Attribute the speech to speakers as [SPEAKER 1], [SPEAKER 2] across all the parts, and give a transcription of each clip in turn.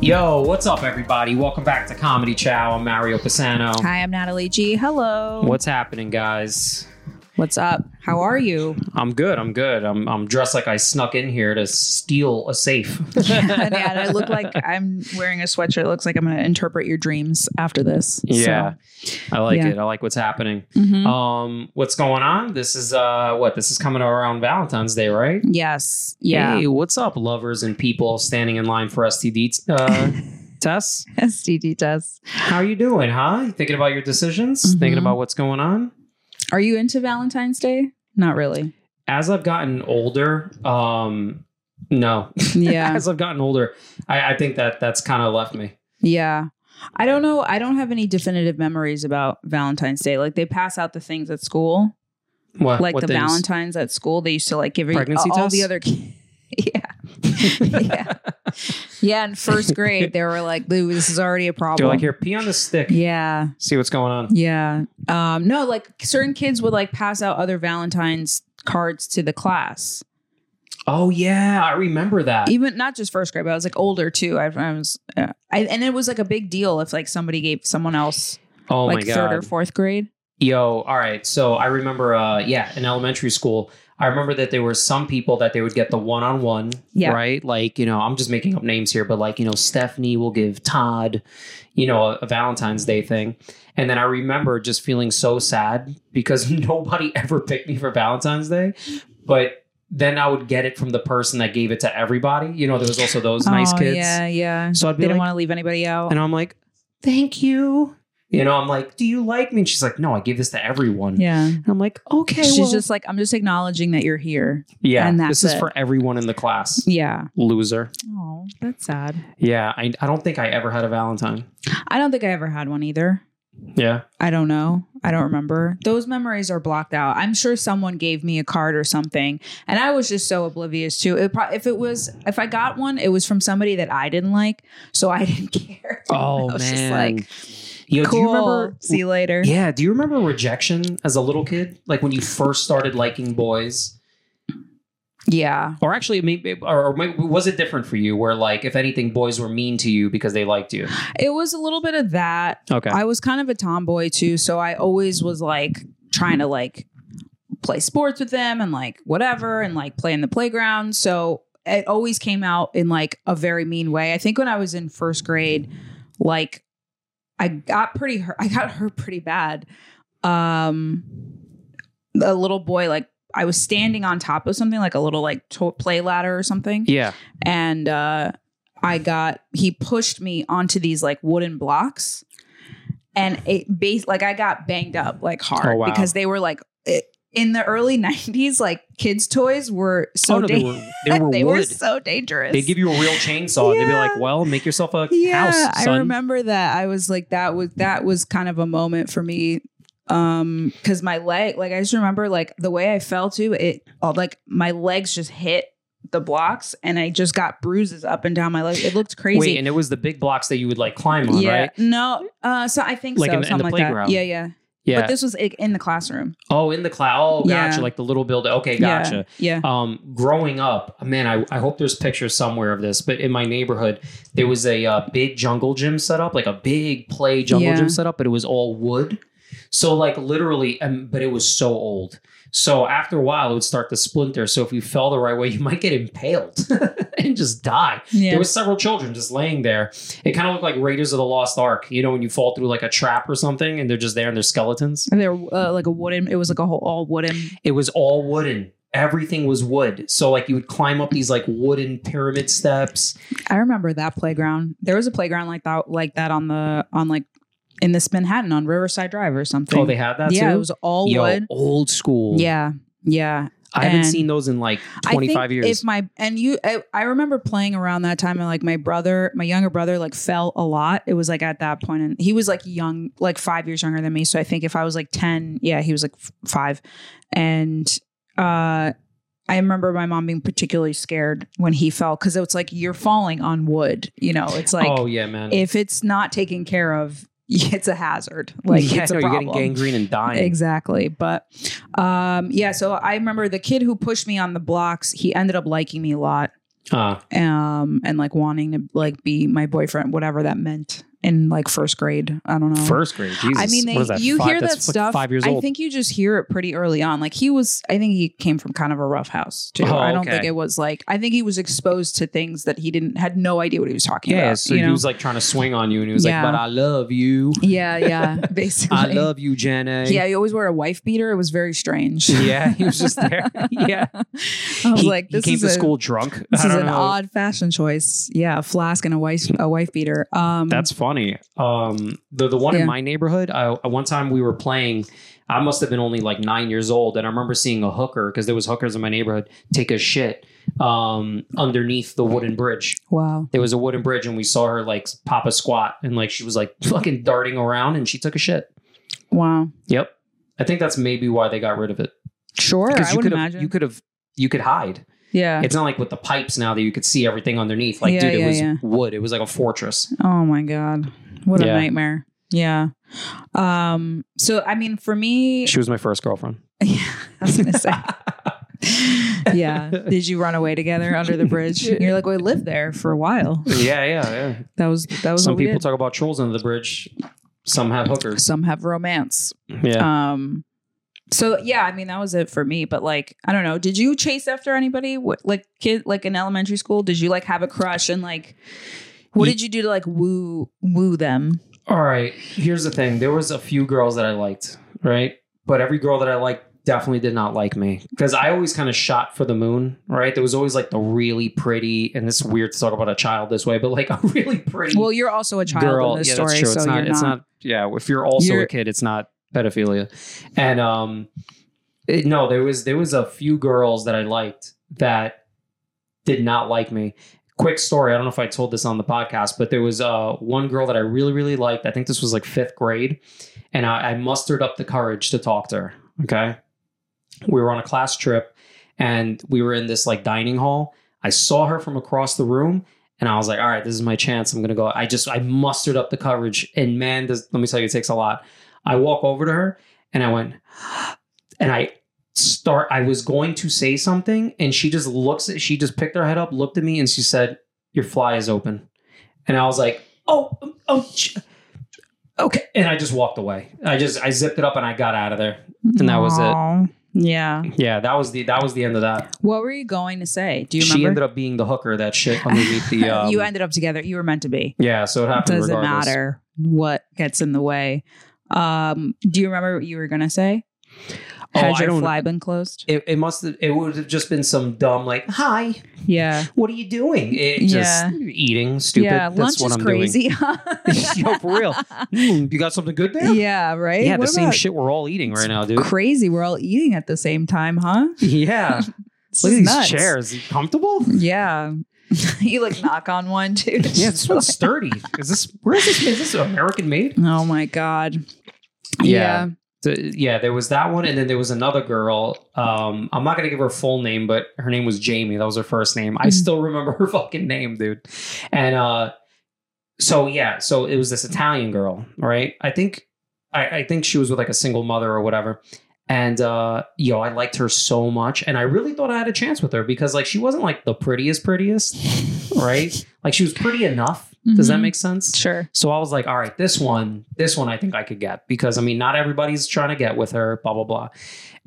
[SPEAKER 1] Yo, what's up, everybody? Welcome back to Comedy Chow. I'm Mario Pisano.
[SPEAKER 2] Hi, I'm Natalie G. Hello.
[SPEAKER 1] What's happening, guys?
[SPEAKER 2] What's up? How are you?
[SPEAKER 1] I'm good. I'm good. I'm, I'm dressed like I snuck in here to steal a safe.
[SPEAKER 2] And yeah, and I look like I'm wearing a sweatshirt. It looks like I'm going to interpret your dreams after this. So,
[SPEAKER 1] Yeah. I like
[SPEAKER 2] Yeah.
[SPEAKER 1] it. I like what's happening.
[SPEAKER 2] mhm.
[SPEAKER 1] Um, what's going on? This is uh, what? This is coming around Valentine's Day, right?
[SPEAKER 2] yes. Yeah.
[SPEAKER 1] Hey, what's up, lovers and people standing in line for STD uh, tests?
[SPEAKER 2] STD test.
[SPEAKER 1] How you doing, huh? You thinking about your decisions? Thinking
[SPEAKER 2] Mhm.
[SPEAKER 1] about what's going on?
[SPEAKER 2] Are you into Valentine's Day? Not really.
[SPEAKER 1] As I've gotten older, um, no.
[SPEAKER 2] Yeah.
[SPEAKER 1] As I've gotten older, I, I think that that's kind of left me.
[SPEAKER 2] yeah. I don't know. I don't have any definitive memories about Valentine's Day. Like they pass out the things at school,
[SPEAKER 1] What, Uh,
[SPEAKER 2] like
[SPEAKER 1] what
[SPEAKER 2] the
[SPEAKER 1] things?
[SPEAKER 2] Valentine's at school. They used to like give
[SPEAKER 1] Pregnancy
[SPEAKER 2] all
[SPEAKER 1] tests?
[SPEAKER 2] the other kids. yeah. yeah. Yeah. In first grade, they were like, "Lou, this is already a problem.
[SPEAKER 1] They're like, here, pee on the stick.
[SPEAKER 2] Yeah.
[SPEAKER 1] See what's going on.
[SPEAKER 2] Yeah. Um, no, like certain kids would like pass out other Valentine's cards to the class.
[SPEAKER 1] Oh yeah, I remember that.
[SPEAKER 2] Even not just first grade, but I was like older too. I, I was, uh, I, and it was like a big deal if like somebody gave someone else
[SPEAKER 1] oh
[SPEAKER 2] like
[SPEAKER 1] my
[SPEAKER 2] third
[SPEAKER 1] god.
[SPEAKER 2] or fourth grade.
[SPEAKER 1] Yo, all right. So I remember, uh, yeah, in elementary school, I remember that there were some people that they would get the one on one,
[SPEAKER 2] Yeah.
[SPEAKER 1] right? Like, you know, I'm just making up names here, but like, you know, Stephanie will give Todd, you know, a, a Valentine's Day thing. And then I remember just feeling so sad because nobody ever picked me for Valentine's Day. But then I would get it from the person that gave it to everybody. You know, there was also those nice
[SPEAKER 2] Oh,
[SPEAKER 1] kids.
[SPEAKER 2] Yeah, yeah.
[SPEAKER 1] So I'd
[SPEAKER 2] They
[SPEAKER 1] be like,
[SPEAKER 2] didn't want to leave anybody out.
[SPEAKER 1] and I'm like, thank you. You know, I'm like, do you like me? And she's like, no, I give this to everyone.
[SPEAKER 2] Yeah.
[SPEAKER 1] And I'm like, okay,
[SPEAKER 2] She's
[SPEAKER 1] well-
[SPEAKER 2] just like, I'm just acknowledging that you're here.
[SPEAKER 1] yeah.
[SPEAKER 2] and that's
[SPEAKER 1] this is
[SPEAKER 2] it.
[SPEAKER 1] for everyone in the class.
[SPEAKER 2] Yeah.
[SPEAKER 1] Loser.
[SPEAKER 2] Oh, that's sad.
[SPEAKER 1] Yeah, I, I don't think I ever had a Valentine.
[SPEAKER 2] I don't think I ever had one either.
[SPEAKER 1] Yeah,
[SPEAKER 2] I don't know. I don't remember. Those memories are blocked out. I'm sure someone gave me a card or something, and I was just so oblivious to it. Pro- if it was, if I got one, it was from somebody that I didn't like, so I didn't care.
[SPEAKER 1] Oh,
[SPEAKER 2] I was just
[SPEAKER 1] man.
[SPEAKER 2] like,
[SPEAKER 1] Yo,
[SPEAKER 2] cool.
[SPEAKER 1] Do you remember?
[SPEAKER 2] See you later.
[SPEAKER 1] Yeah. Do you remember rejection as a little kid? Like when you first started liking boys,
[SPEAKER 2] Yeah.
[SPEAKER 1] or actually, maybe, or, or maybe, was it different for you? Where like, if anything, boys were mean to you because they liked you.
[SPEAKER 2] It was a little bit of that.
[SPEAKER 1] Okay.
[SPEAKER 2] I was kind of a tomboy too, so I always was like trying to like play sports with them and like whatever and like play in the playground. So it always came out in like a very mean way. I think when I was in first grade, like I got pretty hurt. I got hurt pretty bad. Um a little boy like I was standing on top of something like a little like to- play ladder or something
[SPEAKER 1] yeah.
[SPEAKER 2] and uh, I got he pushed me onto these like wooden blocks, and it base like I got banged up like hard
[SPEAKER 1] Oh, wow.
[SPEAKER 2] because they were like it, in the early '90s, like kids' toys were so
[SPEAKER 1] oh no, they
[SPEAKER 2] dangerous.
[SPEAKER 1] were they were
[SPEAKER 2] they
[SPEAKER 1] wood.
[SPEAKER 2] were so dangerous.
[SPEAKER 1] they give you a real chainsaw. and They'd be
[SPEAKER 2] Yeah.
[SPEAKER 1] like, "Well, make yourself a
[SPEAKER 2] yeah,
[SPEAKER 1] house, son."
[SPEAKER 2] I remember that. I was like, that was that was kind of a moment for me um because my leg like i just remember like the way i fell too it all like my legs just hit the blocks and i just got bruises up and down my leg it looked crazy
[SPEAKER 1] Wait, and it was the big blocks that you would like climb on,
[SPEAKER 2] yeah
[SPEAKER 1] right?
[SPEAKER 2] no uh so i think
[SPEAKER 1] Like
[SPEAKER 2] so
[SPEAKER 1] in the- in
[SPEAKER 2] something
[SPEAKER 1] the
[SPEAKER 2] like
[SPEAKER 1] playground.
[SPEAKER 2] that yeah yeah
[SPEAKER 1] Yeah.
[SPEAKER 2] but this was like, in the classroom
[SPEAKER 1] oh, in the cloud. Oh,
[SPEAKER 2] Yeah.
[SPEAKER 1] gotcha. Like the little building. Okay, gotcha.
[SPEAKER 2] yeah yeah
[SPEAKER 1] um, growing up, man, I, I hope there's pictures somewhere of this, but in my neighborhood, there was a uh, big jungle gym set up, like a big play jungle
[SPEAKER 2] Yeah.
[SPEAKER 1] gym set up, but it was all wood. So, like, literally, um, but it was so old. So, after a while, it would start to splinter. So, if you fell the right way, you might get impaled and just die.
[SPEAKER 2] yeah
[SPEAKER 1] There was several children just laying there. It kind of looked like Raiders of the Lost Ark, you know, when you fall through like a trap or something and they're just there and they're skeletons.
[SPEAKER 2] And there were uh, like a wooden it was like a whole all wooden
[SPEAKER 1] It was all wooden. Everything was wood. So like you would climb up these like wooden pyramid steps.
[SPEAKER 2] i remember that playground there was a playground like that like that on the on like in this manhattan on riverside drive or something
[SPEAKER 1] Oh, they had that
[SPEAKER 2] yeah
[SPEAKER 1] too.
[SPEAKER 2] it was all
[SPEAKER 1] Yo,
[SPEAKER 2] wood
[SPEAKER 1] old school.
[SPEAKER 2] yeah yeah
[SPEAKER 1] I haven't
[SPEAKER 2] and-
[SPEAKER 1] seen those in like
[SPEAKER 2] I
[SPEAKER 1] twenty
[SPEAKER 2] think
[SPEAKER 1] five years.
[SPEAKER 2] If my and you, I, I remember playing around that time, and like my brother, my younger brother, like fell a lot. It was like at that point, and he was like young, like five years younger than me. So I think if I was like ten, yeah, he was like f- five, and uh, I remember my mom being particularly scared when he fell because it's like you're falling on wood. You know, it's like
[SPEAKER 1] oh yeah, man.
[SPEAKER 2] if it's not taken care of, it's a hazard. Like
[SPEAKER 1] yeah,
[SPEAKER 2] it's a
[SPEAKER 1] no, you're
[SPEAKER 2] problem.
[SPEAKER 1] getting gangrene and dying.
[SPEAKER 2] Exactly. But um, yeah, so I remember the kid who pushed me on the blocks, he ended up liking me a lot.
[SPEAKER 1] Uh,
[SPEAKER 2] um, and like wanting to like be my boyfriend, whatever that meant in like first grade. I don't know.
[SPEAKER 1] first grade. Jesus.
[SPEAKER 2] I mean, they,
[SPEAKER 3] What is that,
[SPEAKER 2] you
[SPEAKER 3] five-
[SPEAKER 2] hear
[SPEAKER 3] that's
[SPEAKER 2] that
[SPEAKER 3] like
[SPEAKER 2] stuff.
[SPEAKER 3] five years
[SPEAKER 2] I
[SPEAKER 3] old.
[SPEAKER 2] think you just hear it pretty early on. Like he was, I think he came from kind of a rough house too.
[SPEAKER 1] Oh,
[SPEAKER 2] I don't
[SPEAKER 1] okay.
[SPEAKER 2] think it was like. I think he was exposed to things that he didn't had no idea what he was talking
[SPEAKER 1] yeah.
[SPEAKER 2] about.
[SPEAKER 1] So
[SPEAKER 2] you
[SPEAKER 1] he
[SPEAKER 2] know?
[SPEAKER 1] was like trying to swing on you, and he was
[SPEAKER 2] Yeah.
[SPEAKER 1] like, "But I love you.
[SPEAKER 2] yeah, yeah, basically.
[SPEAKER 1] I love you, Jenna."
[SPEAKER 2] Yeah, he always wore a wife beater. It was very strange.
[SPEAKER 1] Yeah, he was just there. Yeah.
[SPEAKER 2] I was
[SPEAKER 1] he,
[SPEAKER 2] like,
[SPEAKER 1] he
[SPEAKER 2] this
[SPEAKER 1] came
[SPEAKER 2] is
[SPEAKER 1] to
[SPEAKER 2] a,
[SPEAKER 1] school drunk.
[SPEAKER 2] This
[SPEAKER 1] I
[SPEAKER 2] is
[SPEAKER 1] don't
[SPEAKER 2] an
[SPEAKER 1] know.
[SPEAKER 2] odd fashion choice. Yeah, a flask and a wife a wife beater. Um,
[SPEAKER 1] That's funny. Um, the the one
[SPEAKER 2] Yeah.
[SPEAKER 1] in my neighborhood. I uh, one time we were playing. I must have been only like nine years old, and I remember seeing a hooker because there was hookers in my neighborhood take a shit um, underneath the wooden bridge.
[SPEAKER 2] wow.
[SPEAKER 1] There was a wooden bridge, and we saw her like pop a squat, and like she was like fucking darting around, and she took a shit.
[SPEAKER 2] Wow.
[SPEAKER 1] Yep, I think that's maybe why they got rid of it.
[SPEAKER 2] Sure, I
[SPEAKER 1] you
[SPEAKER 2] would
[SPEAKER 1] could have-
[SPEAKER 2] imagine.
[SPEAKER 1] you could have you could hide.
[SPEAKER 2] yeah.
[SPEAKER 1] It's not like with the pipes now that you could see everything underneath. Like,
[SPEAKER 2] Yeah,
[SPEAKER 1] dude, it
[SPEAKER 2] yeah,
[SPEAKER 1] was
[SPEAKER 2] yeah.
[SPEAKER 1] wood. It was like a fortress.
[SPEAKER 2] Oh my god. What a
[SPEAKER 1] Yeah.
[SPEAKER 2] nightmare. Yeah. Um so I mean for me
[SPEAKER 1] was my first girlfriend.
[SPEAKER 2] yeah, I was going to say yeah. Did you run away together under the bridge? And you're like, "We lived there for a while."
[SPEAKER 1] yeah, yeah, yeah.
[SPEAKER 2] That was that was
[SPEAKER 1] Some
[SPEAKER 2] what we
[SPEAKER 1] people
[SPEAKER 2] did.
[SPEAKER 1] talk about trolls under the bridge. Some have hookers.
[SPEAKER 2] Some have romance.
[SPEAKER 1] Yeah.
[SPEAKER 2] Um so yeah, I mean that was it for me, but like I don't know, did you chase after anybody? What like kid like in elementary school, did you like have a crush and like what
[SPEAKER 1] Ye-
[SPEAKER 2] did you do to like woo woo them?
[SPEAKER 1] All right. Here's the thing. There was a few girls that I liked, right? But every girl that I liked definitely did not like me because I always kind of shot for the moon, right? There was always like the really pretty, and it's weird to talk about a child this way, but like a really pretty
[SPEAKER 2] Well, you're also a child
[SPEAKER 1] girl.
[SPEAKER 2] in this
[SPEAKER 1] yeah,
[SPEAKER 2] story,
[SPEAKER 1] that's true.
[SPEAKER 2] so
[SPEAKER 1] it's not.
[SPEAKER 2] you're
[SPEAKER 1] It's
[SPEAKER 2] not
[SPEAKER 1] not. Yeah. If you're also
[SPEAKER 2] You're-
[SPEAKER 1] a kid, it's not pedophilia. And um, it- no, there was there was a few girls that I liked that did not like me. Quick story. I don't know if I told this on the podcast, but there was uh, one girl that I really really liked. I think this was like fifth grade, and I, I mustered up the courage to talk to her. Okay, we were on a class trip, and we were in this like dining hall. I saw her from across the room, and I was like, all right, this is my chance. I'm going to go. I just, I mustered up the coverage. And man, does, let me tell you, it takes a lot. I walk over to her and I went, and I start, I was going to say something. And she just looks at, she just picked her head up, looked at me, and she said, your fly is open. And I was like, oh, um, oh, ch- okay. And I just walked away. I just, I zipped it up and I got out of there. And that was it.
[SPEAKER 2] it. Yeah.
[SPEAKER 1] Yeah. That was the, that was the end of that.
[SPEAKER 2] What were you going to say? Do you remember?
[SPEAKER 1] She ended up being the hooker that shit underneath the, um,
[SPEAKER 2] you ended up together. You were meant to be.
[SPEAKER 1] yeah. So it
[SPEAKER 2] It
[SPEAKER 1] happened
[SPEAKER 2] doesn't
[SPEAKER 1] regardless.
[SPEAKER 2] matter what gets in the way. Um, do you remember what you were gonna say?
[SPEAKER 1] Oh,
[SPEAKER 2] Had
[SPEAKER 1] I
[SPEAKER 2] your
[SPEAKER 1] don't-
[SPEAKER 2] fly been closed?
[SPEAKER 1] it, it must have it would have just been some dumb like hi
[SPEAKER 2] Yeah.
[SPEAKER 1] what are you doing it just
[SPEAKER 2] Yeah.
[SPEAKER 1] eating stupid
[SPEAKER 2] Yeah.
[SPEAKER 1] that's
[SPEAKER 2] Lunch
[SPEAKER 1] what
[SPEAKER 2] is
[SPEAKER 1] i'm
[SPEAKER 2] crazy.
[SPEAKER 1] doing Yo, for real Hmm, you got something good there
[SPEAKER 2] yeah. Right.
[SPEAKER 1] yeah the
[SPEAKER 2] What
[SPEAKER 1] same
[SPEAKER 2] about-
[SPEAKER 1] shit we're all eating right now dude
[SPEAKER 2] Crazy. We're all eating at the same time, huh?
[SPEAKER 1] yeah
[SPEAKER 2] This
[SPEAKER 1] look at
[SPEAKER 2] is
[SPEAKER 1] these
[SPEAKER 2] nuts.
[SPEAKER 1] chairs You comfortable
[SPEAKER 2] Yeah. you like knock on one too.
[SPEAKER 1] yeah this one's sturdy is this where is this is this american made
[SPEAKER 2] Oh my god.
[SPEAKER 1] Yeah. So, yeah there was that one and then there was another girl um i'm not gonna give her full name but her name was jamie that was her first name i
[SPEAKER 2] Mhm.
[SPEAKER 1] still remember her fucking name dude and uh so yeah so it was this italian girl right i think i, I think she was with like a single mother or whatever and uh yo i liked her so much and i really thought i had a chance with her because like she wasn't like the prettiest prettiest right like she was pretty enough does that
[SPEAKER 2] Mhm.
[SPEAKER 1] make sense
[SPEAKER 2] Sure.
[SPEAKER 1] so I was like, all right, this one, this one I think I could get because I mean, not everybody's trying to get with her, blah, blah, blah.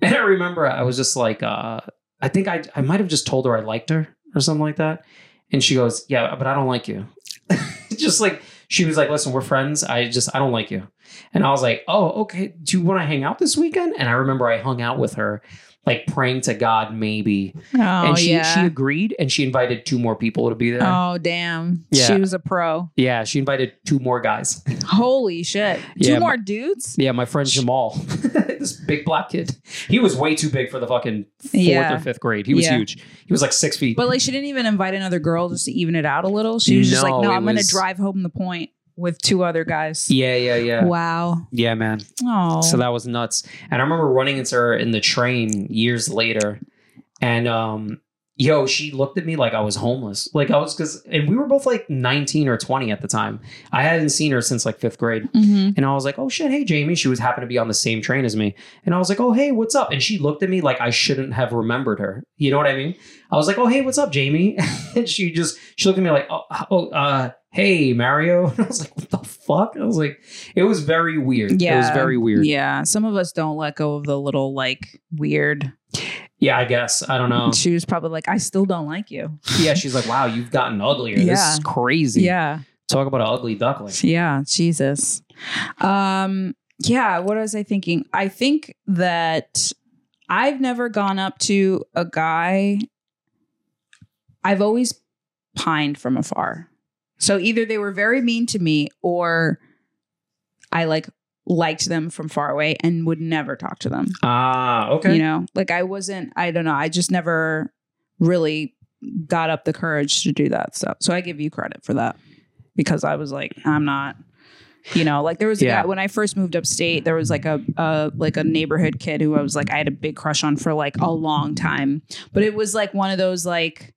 [SPEAKER 1] And I remember I was just like, uh, I think I, I might have just told her I liked her or something like that. And she goes, yeah, but I don't like you. just like, she was like, listen, we're friends. I just, I don't like you. And I was like, oh, okay. Do you want to hang out this weekend? And I remember I hung out with her, like praying to God, maybe.
[SPEAKER 2] Oh
[SPEAKER 1] and she,
[SPEAKER 2] yeah.
[SPEAKER 1] she agreed and she invited two more people to be there.
[SPEAKER 2] Oh damn.
[SPEAKER 1] Yeah.
[SPEAKER 2] She was a pro.
[SPEAKER 1] Yeah, she invited two more guys.
[SPEAKER 2] Holy shit.
[SPEAKER 1] Yeah,
[SPEAKER 2] Two more dudes?
[SPEAKER 1] Yeah, my friend Jamal, this big black kid, he was way too big for the fucking fourth
[SPEAKER 2] Yeah.
[SPEAKER 1] or fifth grade. He was
[SPEAKER 2] Yeah.
[SPEAKER 1] huge. He was like six feet.
[SPEAKER 2] But like she didn't even invite another girl just to even it out a little. She was just like,
[SPEAKER 1] No,
[SPEAKER 2] No,
[SPEAKER 1] it
[SPEAKER 2] I'm gonna
[SPEAKER 1] was-
[SPEAKER 2] drive home the point with two other guys.
[SPEAKER 1] yeah, yeah, yeah.
[SPEAKER 2] Wow.
[SPEAKER 1] Yeah, man.
[SPEAKER 2] Oh
[SPEAKER 1] So that was nuts. And I remember running into her in the train years later. And um, yo, she looked at me like I was homeless. Like I was because and we were both like 19 or 20 at the time. I hadn't seen her since like fifth grade.
[SPEAKER 2] Mm-hmm.
[SPEAKER 1] And I was like, oh shit, hey Jamie. She was happen to be on the same train as me. And I was like, oh hey, what's up? And she looked at me like I shouldn't have remembered her. You know what I mean? I was like, oh hey, what's up, Jamie? and she just she looked at me like, oh, oh uh, hey Mario. And I was like, what the fuck? I was like, it was very weird. It was
[SPEAKER 2] Yeah.
[SPEAKER 1] very weird. Yeah,
[SPEAKER 2] Yeah, some of us don't let go of the little like weird.
[SPEAKER 1] I guess. I don't know.
[SPEAKER 2] She was probably like, I still don't like you.
[SPEAKER 1] yeah, she's like, wow, you've gotten uglier. This
[SPEAKER 2] Yeah.
[SPEAKER 1] is crazy.
[SPEAKER 2] Yeah,
[SPEAKER 1] Talk about an ugly duckling.
[SPEAKER 2] yeah, Jesus. Um, yeah, what was I thinking? I think that I've never gone up to a guy. I've always pined from afar. So either they were very mean to me or I like liked them from far away and would never talk to them.
[SPEAKER 1] Ah, okay.
[SPEAKER 2] You know, like I wasn't, I don't know, I just never really got up the courage to do that stuff. So I give you credit for that because I was like, I'm not, you know, like there was a
[SPEAKER 1] Yeah.
[SPEAKER 2] guy when I first moved upstate, there was like a, a like a neighborhood kid who I was like I had a big crush on for like a long time. But it was like one of those like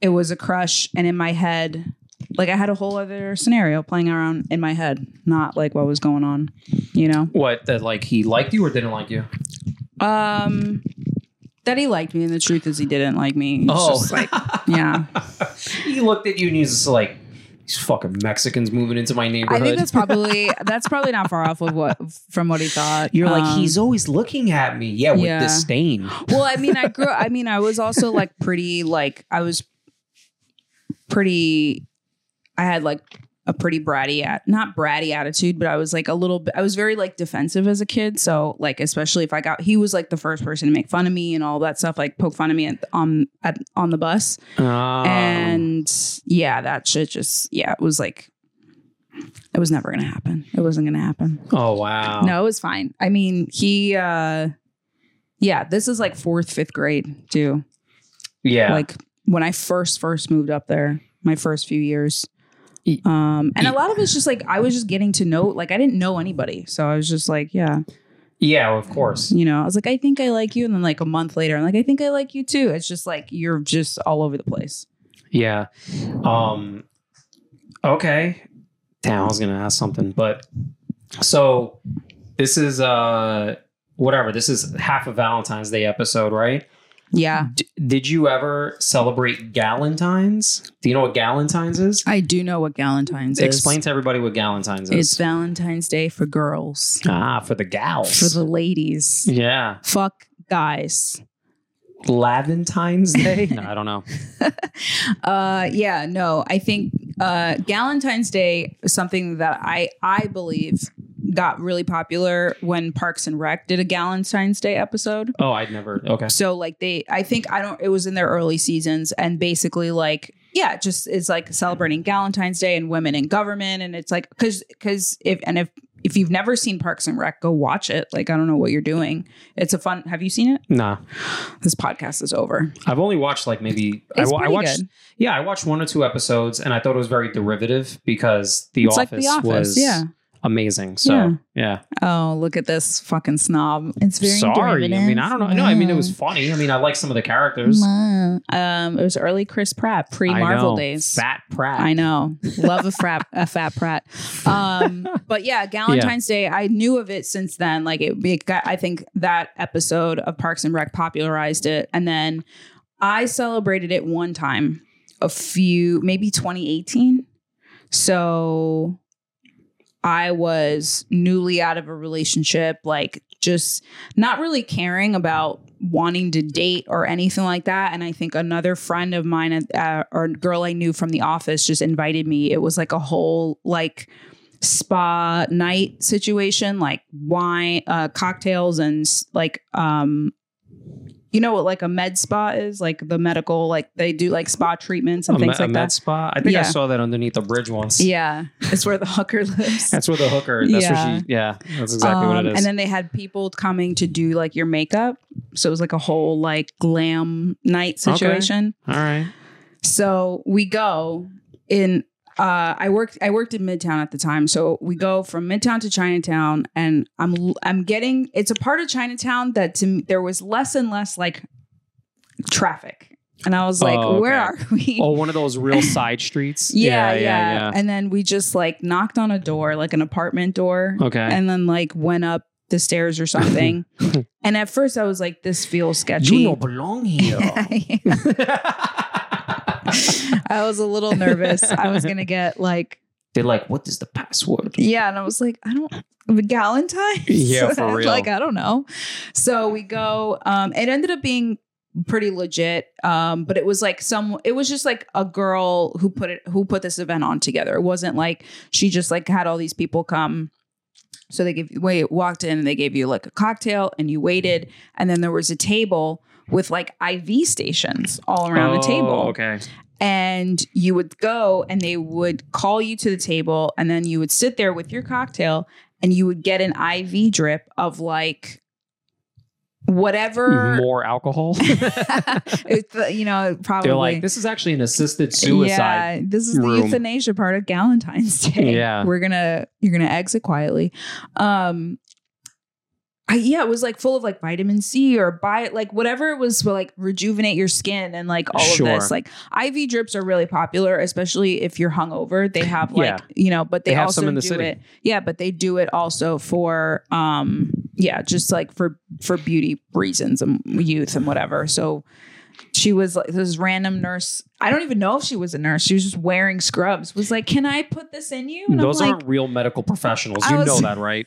[SPEAKER 2] it was a crush and in my head like I had a whole other scenario playing around in my head, not like what was going on, you know.
[SPEAKER 1] what that like he liked you or didn't like you?
[SPEAKER 2] Um, that he liked me, and the truth is he didn't like me. It's
[SPEAKER 1] Oh.
[SPEAKER 2] just like yeah.
[SPEAKER 1] he looked at you and he's just like, these fucking Mexicans moving into my
[SPEAKER 2] I
[SPEAKER 1] neighborhood.
[SPEAKER 2] think that's probably that's probably not far off of what from what he thought.
[SPEAKER 1] You're like,
[SPEAKER 2] Um,
[SPEAKER 1] he's always looking at me. Yeah, with
[SPEAKER 2] yeah.
[SPEAKER 1] disdain.
[SPEAKER 2] well. I mean, I grew. I mean, I was also like pretty. Like I was pretty. I had like a pretty bratty at not bratty attitude, but I was like a little bit. I was very like defensive as a kid. So like, especially if I got, he was like the first person to make fun of me and all that stuff, like poke fun of me at, on at, on the bus.
[SPEAKER 1] Um,
[SPEAKER 2] Um, and yeah, that shit just yeah, it was like it was never gonna happen. It wasn't gonna happen.
[SPEAKER 1] oh wow.
[SPEAKER 2] No, it was fine. I mean, he uh yeah, this is like fourth, fifth grade too.
[SPEAKER 1] Yeah.
[SPEAKER 2] Like when I first first moved up there, my first few years.
[SPEAKER 1] E-
[SPEAKER 2] Um and a
[SPEAKER 1] e-
[SPEAKER 2] lot of it's just like I was just getting to know like I didn't know anybody. So I was just like, yeah,
[SPEAKER 1] yeah, of course.
[SPEAKER 2] you know, I was like, I think I like you. And then like a month later, I'm like, I think I like you too. It's just like you're just all over the place.
[SPEAKER 1] Yeah. Um okay. Damn, I was gonna ask something, but so this is uh whatever, this is half a Valentine's Day episode, right?
[SPEAKER 2] Yeah.
[SPEAKER 1] D- did you ever celebrate Galentine's? Do you know what Galentine's is?
[SPEAKER 2] I do know what Galentine's is.
[SPEAKER 1] Explain to everybody what Galentine's
[SPEAKER 2] It's
[SPEAKER 1] is.
[SPEAKER 2] Valentine's Day for girls,
[SPEAKER 1] ah, for the gals.
[SPEAKER 2] for the ladies.
[SPEAKER 1] yeah.
[SPEAKER 2] Fuck guys.
[SPEAKER 1] Laventine's Day? no, I don't know.
[SPEAKER 2] Uh, yeah, no, I think uh, Galentine's Day is something that I I believe got really popular when Parks and Rec did a Galentine's Day episode.
[SPEAKER 1] Oh, I'd never. Okay.
[SPEAKER 2] So like they, I think I don't. It was in their early seasons, and basically like yeah, it just it's like celebrating Galentine's Day and women in government, and it's like because because if and if if you've never seen Parks and Rec, go watch it. Like I don't know what you're doing. It's a fun. Have you seen it?
[SPEAKER 1] Nah.
[SPEAKER 2] This podcast is over.
[SPEAKER 1] I've only watched like maybe. I,
[SPEAKER 2] It's
[SPEAKER 1] wa- I
[SPEAKER 2] pretty
[SPEAKER 1] watched.
[SPEAKER 2] good.
[SPEAKER 1] Yeah, I watched one or two episodes and I thought it was very derivative because The,
[SPEAKER 2] it's
[SPEAKER 1] office,
[SPEAKER 2] like The Office.
[SPEAKER 1] was
[SPEAKER 2] Yeah.
[SPEAKER 1] amazing. So,
[SPEAKER 2] Yeah.
[SPEAKER 1] yeah.
[SPEAKER 2] Oh, look at this fucking snob. It's very
[SPEAKER 1] Sorry. I mean, I don't know. No, I mean, it was
[SPEAKER 2] derivative.
[SPEAKER 1] funny. I mean, I like some of the characters.
[SPEAKER 2] Wow. Um, it was early Chris Pratt, pre
[SPEAKER 1] I
[SPEAKER 2] Marvel
[SPEAKER 1] know.
[SPEAKER 2] days.
[SPEAKER 1] Fat Pratt.
[SPEAKER 2] I know. Love a frat, a fat prat. Um, but yeah, Galentine's Day. I knew of it since then. Like it, it got, I think that episode of Parks and Rec popularized it, and then I celebrated it one time, a few maybe 2018. So I was newly out of a relationship, like just not really caring about wanting to date or anything like that. And I think another friend of mine uh, or girl I knew from the office just invited me. It was like a whole like spa night situation, like wine, uh, cocktails, and s- like um. You know what like a med spa is? Like the medical, like they do like spa treatments and
[SPEAKER 1] A, me-
[SPEAKER 2] things
[SPEAKER 1] a
[SPEAKER 2] like
[SPEAKER 1] med
[SPEAKER 2] that.
[SPEAKER 1] spa. I think
[SPEAKER 2] Yeah.
[SPEAKER 1] I saw that underneath the bridge once.
[SPEAKER 2] Yeah. It's where the hooker lives.
[SPEAKER 1] That's where the hooker. That's
[SPEAKER 2] Yeah.
[SPEAKER 1] where she. Yeah. That's exactly what
[SPEAKER 2] Um,
[SPEAKER 1] it is.
[SPEAKER 2] And then they had people coming to do like your makeup. So it was like a whole like glam night
[SPEAKER 1] Okay.
[SPEAKER 2] situation.
[SPEAKER 1] All right.
[SPEAKER 2] So we go in uh I worked I worked in Midtown at the time. So we go from Midtown to Chinatown and I'm l- I'm getting it's a part of Chinatown that to me, there was less and less like traffic. And I was like,
[SPEAKER 1] Oh, okay.
[SPEAKER 2] where are we?
[SPEAKER 1] Oh, one of those real side streets.
[SPEAKER 2] yeah, yeah, And then we just like knocked on a door, like an apartment door,
[SPEAKER 1] yeah. Okay.
[SPEAKER 2] and then like went up the stairs or something. and at first I was like, this feels sketchy.
[SPEAKER 1] you don't belong here.
[SPEAKER 2] I was a little nervous. I was gonna get like,
[SPEAKER 1] They're like, what is the password?
[SPEAKER 2] yeah, and I was like, I don't Galentine's.
[SPEAKER 1] Yeah, for real.
[SPEAKER 2] like I don't know. So we go. Um, it ended up being pretty legit. Um, but it was like some. It was just like a girl who put it who put this event on together. It wasn't like she just like had all these people come. So they gave wait walked in and they gave you like a cocktail and you waited and then there was a table with like IV stations all around the table
[SPEAKER 1] Oh, Okay.
[SPEAKER 2] and you would go and they would call you to the table and then you would sit there with your cocktail and you would get an IV drip of like whatever
[SPEAKER 1] More alcohol.
[SPEAKER 2] it's the- you know probably
[SPEAKER 1] They're like, this is actually an assisted suicide.
[SPEAKER 2] yeah, this is the
[SPEAKER 1] room.
[SPEAKER 2] euthanasia part of Galentine's Day.
[SPEAKER 1] Yeah.
[SPEAKER 2] We're gonna you're gonna exit quietly. Um I, yeah, it was like full of like vitamin C or buy like whatever it was to like rejuvenate your skin and like all
[SPEAKER 1] Sure.
[SPEAKER 2] of this. Like IV drips are really popular, especially if you're hungover. They have like
[SPEAKER 1] Yeah.
[SPEAKER 2] you know, but they,
[SPEAKER 1] They have
[SPEAKER 2] also
[SPEAKER 1] some in the
[SPEAKER 2] do
[SPEAKER 1] city.
[SPEAKER 2] it. Yeah, but they do it also for um yeah, just like for for beauty reasons and youth and whatever. So she was like this random nurse. I don't even know if she was a nurse. She was just wearing scrubs. Was like, "Can I put this in you?" And
[SPEAKER 1] Those
[SPEAKER 2] I'm like,
[SPEAKER 1] aren't real medical professionals.
[SPEAKER 2] I
[SPEAKER 1] You
[SPEAKER 2] was-
[SPEAKER 1] know that, right?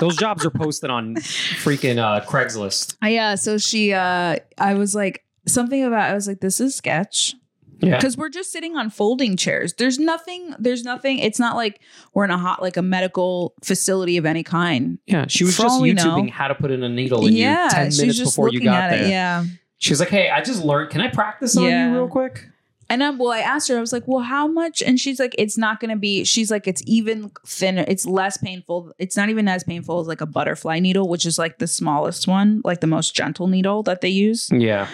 [SPEAKER 1] Those jobs are posted on freaking uh, Craigslist.
[SPEAKER 2] "Oh, "Yeah." So she, uh, I was like, something about. I was like, "This is sketch,"
[SPEAKER 1] Yeah.
[SPEAKER 2] because we're just sitting on folding chairs. There's nothing. There's nothing. It's not like we're in a hot like a medical facility of any kind.
[SPEAKER 1] Yeah. She was
[SPEAKER 2] For
[SPEAKER 1] just
[SPEAKER 2] all we know-
[SPEAKER 1] YouTubing how to put in a needle in you 10 minutes before you got there.
[SPEAKER 2] it. Yeah.
[SPEAKER 1] She was like, hey, I just learned. Can I practice on
[SPEAKER 2] Yeah.
[SPEAKER 1] you real quick?
[SPEAKER 2] And I, well, I asked her, I was like, well, how much? And she's like, it's not going to be, she's like, it's even thinner. It's less painful. It's not even as painful as like a butterfly needle, which is like the smallest one, like the most gentle needle that they use.
[SPEAKER 1] Yeah.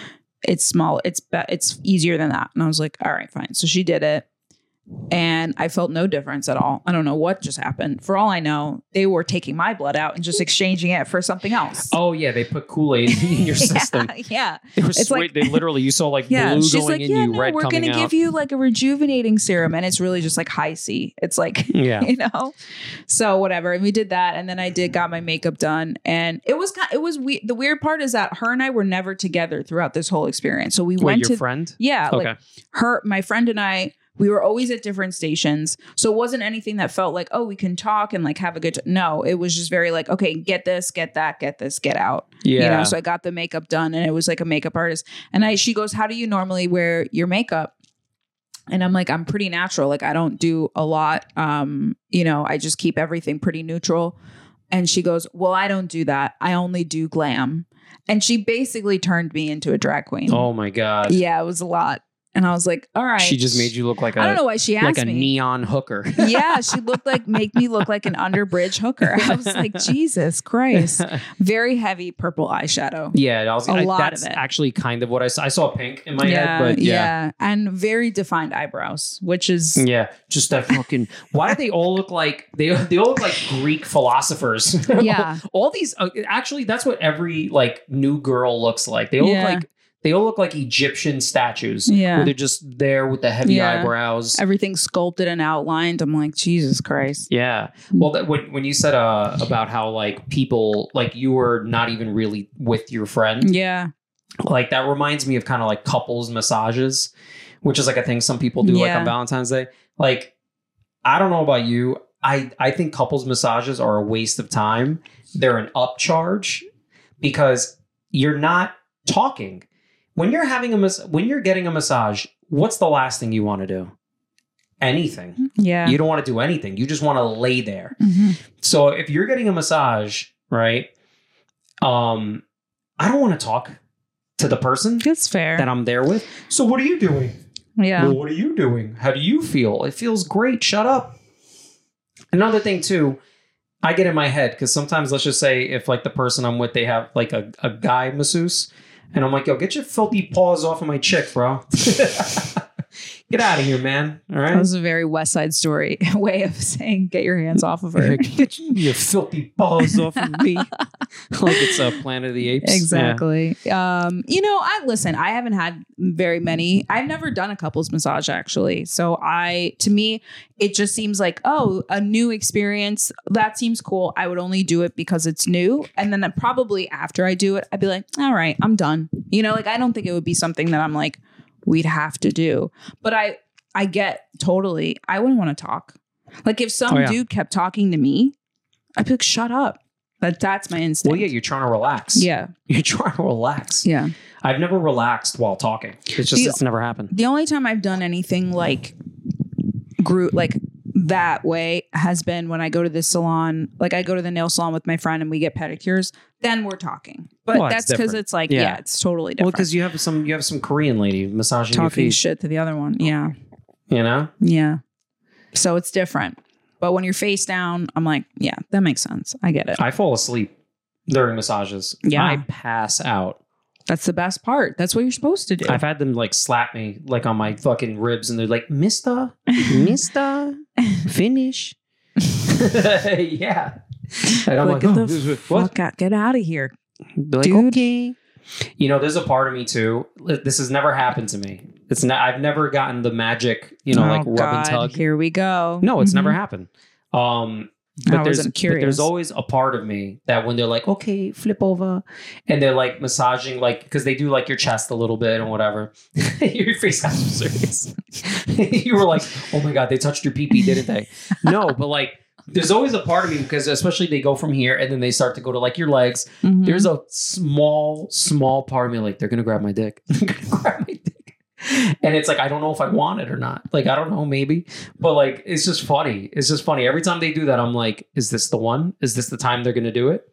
[SPEAKER 2] It's small. It's, be- it's easier than that. And I was like, all right, fine. So she did it. And I felt no difference at all. I don't know what just happened. For all I know, they were taking my blood out and just exchanging it for something else.
[SPEAKER 1] Oh, yeah. They put Kool Aid in your system.
[SPEAKER 2] Yeah, yeah.
[SPEAKER 1] They were
[SPEAKER 2] It's
[SPEAKER 1] sweet.
[SPEAKER 2] like-
[SPEAKER 1] they literally, you saw like
[SPEAKER 2] Yeah,
[SPEAKER 1] blue
[SPEAKER 2] she's
[SPEAKER 1] going
[SPEAKER 2] like,
[SPEAKER 1] in
[SPEAKER 2] yeah,
[SPEAKER 1] you,
[SPEAKER 2] no,
[SPEAKER 1] red
[SPEAKER 2] we're
[SPEAKER 1] coming
[SPEAKER 2] gonna
[SPEAKER 1] out.
[SPEAKER 2] give you like a rejuvenating serum, and it's really just like high C. It's like
[SPEAKER 1] yeah.
[SPEAKER 2] you know, so whatever. And we did that, and then I did got my makeup done, and it was kind. It was we. The weird part is that her and I were never together throughout this whole experience. So we
[SPEAKER 1] Wait,
[SPEAKER 2] went
[SPEAKER 1] your
[SPEAKER 2] to
[SPEAKER 1] friend?
[SPEAKER 2] yeah,
[SPEAKER 1] Okay.
[SPEAKER 2] like her, my friend and I. We were always at different stations, so it wasn't anything that felt like oh we can talk and like have a good. T-. No, it was just very like okay, get this, get that, get this, get out.
[SPEAKER 1] yeah.
[SPEAKER 2] You know, so I got the makeup done and it was like a makeup artist. And I she goes, How do you normally wear your makeup? And I'm like, I'm pretty natural. Like I don't do a lot. Um, you know, I just keep everything pretty neutral. And she goes, Well, I don't do that. I only do glam. And she basically turned me into a drag queen.
[SPEAKER 1] oh my god.
[SPEAKER 2] Yeah, it was a lot. And I was like, All right.
[SPEAKER 1] She just made you look like
[SPEAKER 2] I don't
[SPEAKER 1] a
[SPEAKER 2] know why she asked
[SPEAKER 1] like a
[SPEAKER 2] me
[SPEAKER 1] neon hooker.
[SPEAKER 2] yeah, she looked like make me look like an underbridge hooker. I was like, Jesus Christ. Very heavy purple eyeshadow.
[SPEAKER 1] yeah, I was,
[SPEAKER 2] A
[SPEAKER 1] I-
[SPEAKER 2] lot
[SPEAKER 1] that's
[SPEAKER 2] of it.
[SPEAKER 1] actually kind of what I saw. I saw pink in my head, but yeah.
[SPEAKER 2] And very defined eyebrows, which is
[SPEAKER 1] yeah. just that fucking. Why do they all look like they? They all look like Greek philosophers.
[SPEAKER 2] Yeah.
[SPEAKER 1] all, these uh, actually, that's what every like new girl looks like. They all
[SPEAKER 2] Yeah.
[SPEAKER 1] look like they all look like Egyptian statues.
[SPEAKER 2] Yeah.
[SPEAKER 1] where they're just there with the heavy
[SPEAKER 2] Yeah.
[SPEAKER 1] eyebrows.
[SPEAKER 2] everything sculpted and outlined. I'm like, Jesus Christ.
[SPEAKER 1] Yeah. Well, that, when when you said uh, about how like people like you were not even really with your friend,
[SPEAKER 2] Yeah.
[SPEAKER 1] like that reminds me of kind of like couples massages, which is like a thing some people do like
[SPEAKER 2] Yeah.
[SPEAKER 1] on Valentine's Day. Like, I don't know about you, I I think couples massages are a waste of time. They're an upcharge because you're not talking when you're having a mas- when you're getting a massage. What's the last thing you want to do? Anything.
[SPEAKER 2] Yeah.
[SPEAKER 1] You don't want to do anything. You just want to lay there.
[SPEAKER 2] Mhm.
[SPEAKER 1] So if you're getting a massage, right? Um, I don't want to talk to the person
[SPEAKER 2] That's fair.
[SPEAKER 1] that I'm there with. So what are you doing?
[SPEAKER 2] yeah.
[SPEAKER 1] Well, what are you doing? How do you feel? It feels great. Shut up. Another thing too, I get in my head because sometimes let's just say if like the person I'm with they have like a, a guy masseuse, and I'm like, yo, get your filthy paws off of my chick, bro. Get out of here, man. All
[SPEAKER 2] That
[SPEAKER 1] right.
[SPEAKER 2] was a very West Side Story way of saying get your hands off of her.
[SPEAKER 1] Get your filthy balls off of me. like it's a Planet of the Apes. Yeah.
[SPEAKER 2] Exactly. Um, you know, I listen, I haven't had very many. I've never done a couples massage actually. So I to me, it just seems like, oh, a new experience. That seems cool. I would only do it because it's new. And then probably after I do it, I'd be like, all right, I'm done. You know, like I don't think it would be something that I'm like, we'd have to do. But I I get totally I wouldn't want to talk. Like if some
[SPEAKER 1] Oh, yeah.
[SPEAKER 2] dude kept talking to me, I'd be like, shut up. But that's my instinct.
[SPEAKER 1] Well, yeah, you're trying to relax.
[SPEAKER 2] yeah.
[SPEAKER 1] You're trying to relax.
[SPEAKER 2] Yeah.
[SPEAKER 1] I've never relaxed while talking. It's just,
[SPEAKER 2] The-
[SPEAKER 1] it's never happened.
[SPEAKER 2] the only time I've done anything like group like that way has been when I go to the salon, like I go to the nail salon with my friend and we get pedicures, then we're talking. But
[SPEAKER 1] Well, that's
[SPEAKER 2] that's because
[SPEAKER 1] different.
[SPEAKER 2] it's like,
[SPEAKER 1] Yeah.
[SPEAKER 2] yeah. it's totally
[SPEAKER 1] Well,
[SPEAKER 2] different.
[SPEAKER 1] because you have some, you have some Korean lady massaging
[SPEAKER 2] talking
[SPEAKER 1] your feet.
[SPEAKER 2] shit to the other one. Yeah.
[SPEAKER 1] You know,
[SPEAKER 2] Yeah. So it's different. But when you're face down, I'm like, yeah, that makes sense. I get it.
[SPEAKER 1] I fall asleep during massages.
[SPEAKER 2] Yeah.
[SPEAKER 1] I pass out.
[SPEAKER 2] That's the best part. That's what you're supposed to do.
[SPEAKER 1] I've had them like slap me like on my fucking ribs, and they're like, "Mister, Mister, finish." yeah, and I'm
[SPEAKER 2] Like,
[SPEAKER 1] like,
[SPEAKER 2] get
[SPEAKER 1] oh,
[SPEAKER 2] the
[SPEAKER 1] this is- what?
[SPEAKER 2] Fuck out, get out of here.
[SPEAKER 1] They're like,
[SPEAKER 2] dude.
[SPEAKER 1] okay. You know, there's a part of me too. This has never happened to me. It's not. I've never gotten the magic. You know,
[SPEAKER 2] Oh,
[SPEAKER 1] like rub
[SPEAKER 2] God,
[SPEAKER 1] and tug.
[SPEAKER 2] Here we go.
[SPEAKER 1] No, it's
[SPEAKER 2] Mhm.
[SPEAKER 1] never happened. Um,
[SPEAKER 2] I
[SPEAKER 1] but there's,
[SPEAKER 2] wasn't
[SPEAKER 1] but there's
[SPEAKER 2] curious.
[SPEAKER 1] always a part of me that when they're like, okay, flip over, and they're like massaging, like, because they do like your chest a little bit and whatever. your face got so serious. you were like, oh my God, they touched your pee pee, didn't they? no, but like, there's always a part of me because, especially, they go from here and then they start to go to like your legs.
[SPEAKER 2] Mhm.
[SPEAKER 1] There's a small, small part of me like, they're going to grab my dick. they're going to grab my dick. And it's like, I don't know if I want it or not. Like, I don't know, maybe. But like, it's just funny. It's just funny. Every time they do that, I'm like, is this the one? Is this the time they're going to do it?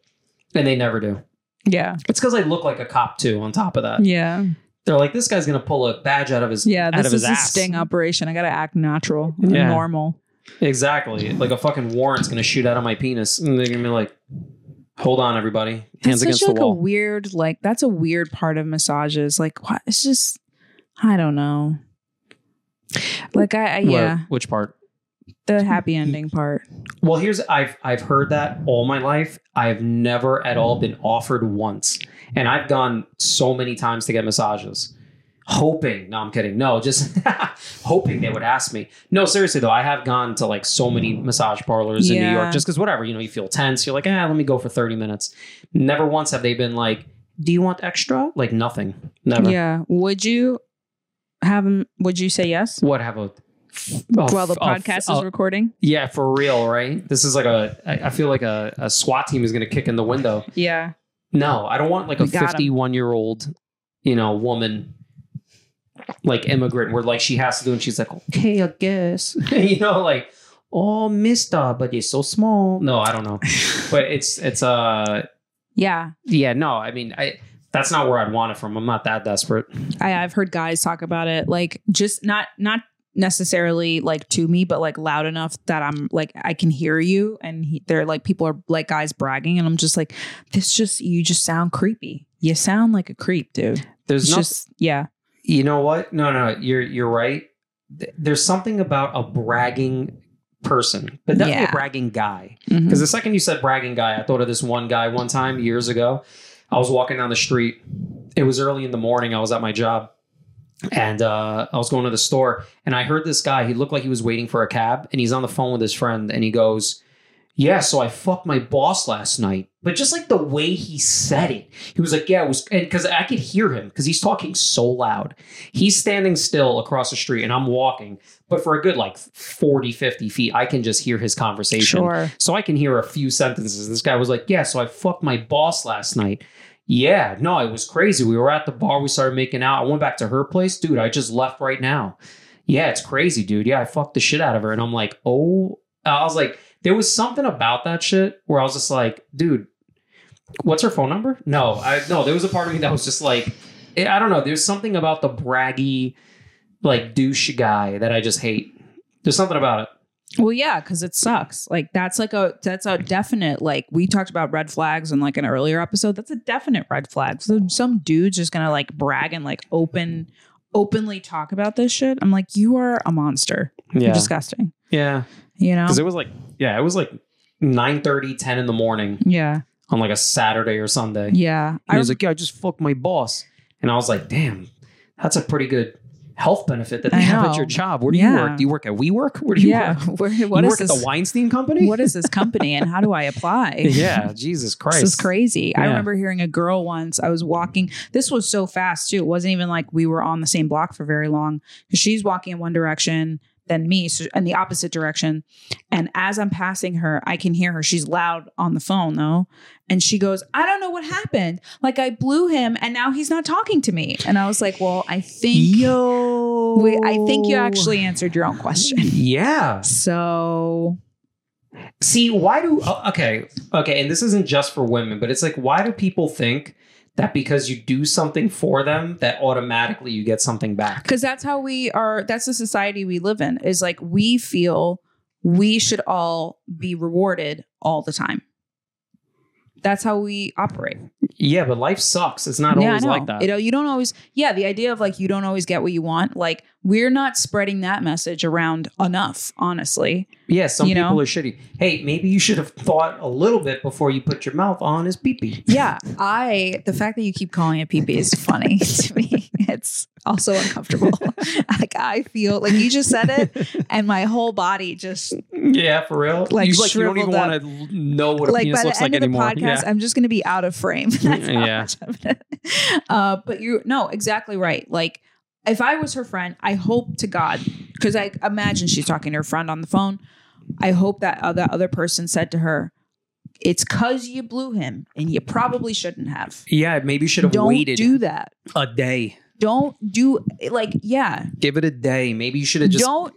[SPEAKER 1] And they never do.
[SPEAKER 2] yeah.
[SPEAKER 1] It's because I look like a cop too. On top of that,
[SPEAKER 2] Yeah.
[SPEAKER 1] they're like, this guy's going to pull a badge out of his
[SPEAKER 2] Yeah,
[SPEAKER 1] uh, out
[SPEAKER 2] this
[SPEAKER 1] of his
[SPEAKER 2] is a
[SPEAKER 1] ass.
[SPEAKER 2] sting operation. I gotta act natural,
[SPEAKER 1] Yeah.
[SPEAKER 2] normal.
[SPEAKER 1] Exactly. Like a fucking warrant's going to shoot out of my penis, and they're going to be like, hold on, everybody, hands
[SPEAKER 2] That's
[SPEAKER 1] against
[SPEAKER 2] such
[SPEAKER 1] the
[SPEAKER 2] like a
[SPEAKER 1] wall.
[SPEAKER 2] weird, like that's a weird part of massages. Like what? It's just, I don't know. Like I, I yeah,
[SPEAKER 1] Wha- which part?
[SPEAKER 2] the happy ending part.
[SPEAKER 1] Well, here's I've I've heard that all my life. I've never at all been offered once, and I've gone so many times to get massages, hoping. No, I'm kidding. No, just hoping they would ask me. No, seriously though, I have gone to like so many massage parlors in New
[SPEAKER 2] Yeah.
[SPEAKER 1] York just because whatever you know, you feel tense. You're like, ah, let me go for 30 minutes. Never once have they been like, "Do you want extra?" Like nothing. Never.
[SPEAKER 2] Yeah, would you have him? Would you say yes
[SPEAKER 1] What have a
[SPEAKER 2] while the
[SPEAKER 1] a-
[SPEAKER 2] podcast
[SPEAKER 1] a-
[SPEAKER 2] is recording?
[SPEAKER 1] yeah, for real, right? This is like a. I I feel like a, a SWAT team is going to kick in the window.
[SPEAKER 2] Yeah,
[SPEAKER 1] No, I don't want like a
[SPEAKER 2] We got 'em.
[SPEAKER 1] 51 year old, you know, woman, like immigrant, where like she has to do, and she's like, okay, I guess, you know, like, oh, Mister, but you're so small. No, I don't know, but it's it's uh,
[SPEAKER 2] yeah.
[SPEAKER 1] yeah, no, I mean, I that's not where I'd want it from. I'm not that desperate.
[SPEAKER 2] I, I've heard guys talk about it, like just not not necessarily like to me, but like loud enough that I'm like I can hear you, and he, they're like people are like guys bragging, and I'm just like, this just you just sound creepy. You sound like a creep, dude.
[SPEAKER 1] There's
[SPEAKER 2] It's
[SPEAKER 1] no,
[SPEAKER 2] just yeah,
[SPEAKER 1] you know what? No, no, you're you're right. Th- There's something about a bragging person, but definitely
[SPEAKER 2] Yeah.
[SPEAKER 1] a bragging guy.
[SPEAKER 2] Mm-hmm.
[SPEAKER 1] Because the second you said bragging guy, I thought of this one guy one time years ago. I was walking down the street. It was early in the morning. I was at my job and uh, I was going to the store and I heard this guy. He looked like he was waiting for a cab and he's on the phone with his friend and he goes, Yeah, so I fucked my boss last night. But just like the way he said it, he was like, Yeah, it was. And because I could hear him because he's talking so loud. He's standing still across the street and I'm walking, but for a good like 40, 50 feet, I can just hear his conversation.
[SPEAKER 2] sure.
[SPEAKER 1] So I can hear a few sentences. This guy was like, Yeah, so I fucked my boss last night. Yeah, no, it was crazy. We were at the bar, we started making out. I went back to her place. Dude, I just left right now. Yeah, it's crazy, dude. Yeah, I fucked the shit out of her. And I'm like, Oh, I was like, There was something about that shit where I was just like, Dude, what's her phone number? No, I no, there was a part of me that was just like, eh, I don't know. There's something about the braggy, like douche guy that I just hate. There's something about it.
[SPEAKER 2] Well, yeah, because it sucks. Like that's like a that's a definite like we talked about red flags in like an earlier episode. That's a definite red flag. So some dude's just gonna like brag and like open openly talk about this shit, I'm like, you are a monster.
[SPEAKER 1] Yeah.
[SPEAKER 2] You're disgusting.
[SPEAKER 1] yeah.
[SPEAKER 2] You know?
[SPEAKER 1] Because it was like, yeah, it was like 9 10 in the morning
[SPEAKER 2] Yeah.
[SPEAKER 1] on like a Saturday or Sunday.
[SPEAKER 2] Yeah.
[SPEAKER 1] And he
[SPEAKER 2] I
[SPEAKER 1] was like, yeah, I just fucked my boss. And I was like, damn, that's a pretty good health benefit that they
[SPEAKER 2] I
[SPEAKER 1] have at
[SPEAKER 2] know.
[SPEAKER 1] your job. Where do you
[SPEAKER 2] Yeah.
[SPEAKER 1] work? Do you work at WeWork? Where do you
[SPEAKER 2] yeah.
[SPEAKER 1] work?
[SPEAKER 2] Where,
[SPEAKER 1] you
[SPEAKER 2] what is
[SPEAKER 1] work at
[SPEAKER 2] this?
[SPEAKER 1] the Weinstein Company?
[SPEAKER 2] What is this company and how do I apply?
[SPEAKER 1] yeah, Jesus Christ.
[SPEAKER 2] This is crazy. I
[SPEAKER 1] Yeah.
[SPEAKER 2] remember hearing a girl once. I was walking. This was so fast too. It wasn't even like we were on the same block for very long. She's walking in one direction, then me, so in the opposite direction. And as I'm passing her, I can hear her. She's loud on the phone though, and she goes, "I don't know what happened. Like I blew him, and now he's not talking to me." And I was like, "Well, I think
[SPEAKER 1] Yo.
[SPEAKER 2] we, I think you actually answered your own question."
[SPEAKER 1] Yeah.
[SPEAKER 2] So
[SPEAKER 1] See, why do oh, okay, okay, and this isn't just for women, but it's like why do people think that because you do something for them that automatically you get something back?
[SPEAKER 2] because that's how we are that's the society we live in is like we feel we should all be rewarded all the time that's how we operate
[SPEAKER 1] Yeah, but life sucks. It's not
[SPEAKER 2] yeah, I
[SPEAKER 1] always
[SPEAKER 2] know.
[SPEAKER 1] like that.
[SPEAKER 2] you know you don't always yeah the idea of like you don't always get what you want like we're not spreading that message around enough honestly
[SPEAKER 1] yeah, some
[SPEAKER 2] you know?
[SPEAKER 1] people are shitty. Hey, maybe you should have thought a little bit before you put your mouth on his pee pee.
[SPEAKER 2] yeah i the fact that you keep calling it pp is funny to me it's also uncomfortable like i feel like you just said it and my whole body just
[SPEAKER 1] Yeah, for real.
[SPEAKER 2] Like
[SPEAKER 1] you, like, you don't even
[SPEAKER 2] shriveled up.
[SPEAKER 1] want to know what a
[SPEAKER 2] like by
[SPEAKER 1] penis
[SPEAKER 2] the
[SPEAKER 1] looks
[SPEAKER 2] end
[SPEAKER 1] like
[SPEAKER 2] of the
[SPEAKER 1] anymore.
[SPEAKER 2] podcast, I'm just going to be out of frame. That's how
[SPEAKER 1] Yeah.
[SPEAKER 2] much I'm gonna- uh, but you, no, exactly right. Like if I was her friend, I hope to God, because I imagine she's talking to her friend on the phone. I hope that uh, that other person said to her, "It's cause you blew him, and you probably shouldn't have.
[SPEAKER 1] yeah. yeah, maybe you should have
[SPEAKER 2] Don't
[SPEAKER 1] waited
[SPEAKER 2] do that.
[SPEAKER 1] a day.
[SPEAKER 2] Don't do like yeah.
[SPEAKER 1] Give it a day. Maybe you should have just
[SPEAKER 2] Don't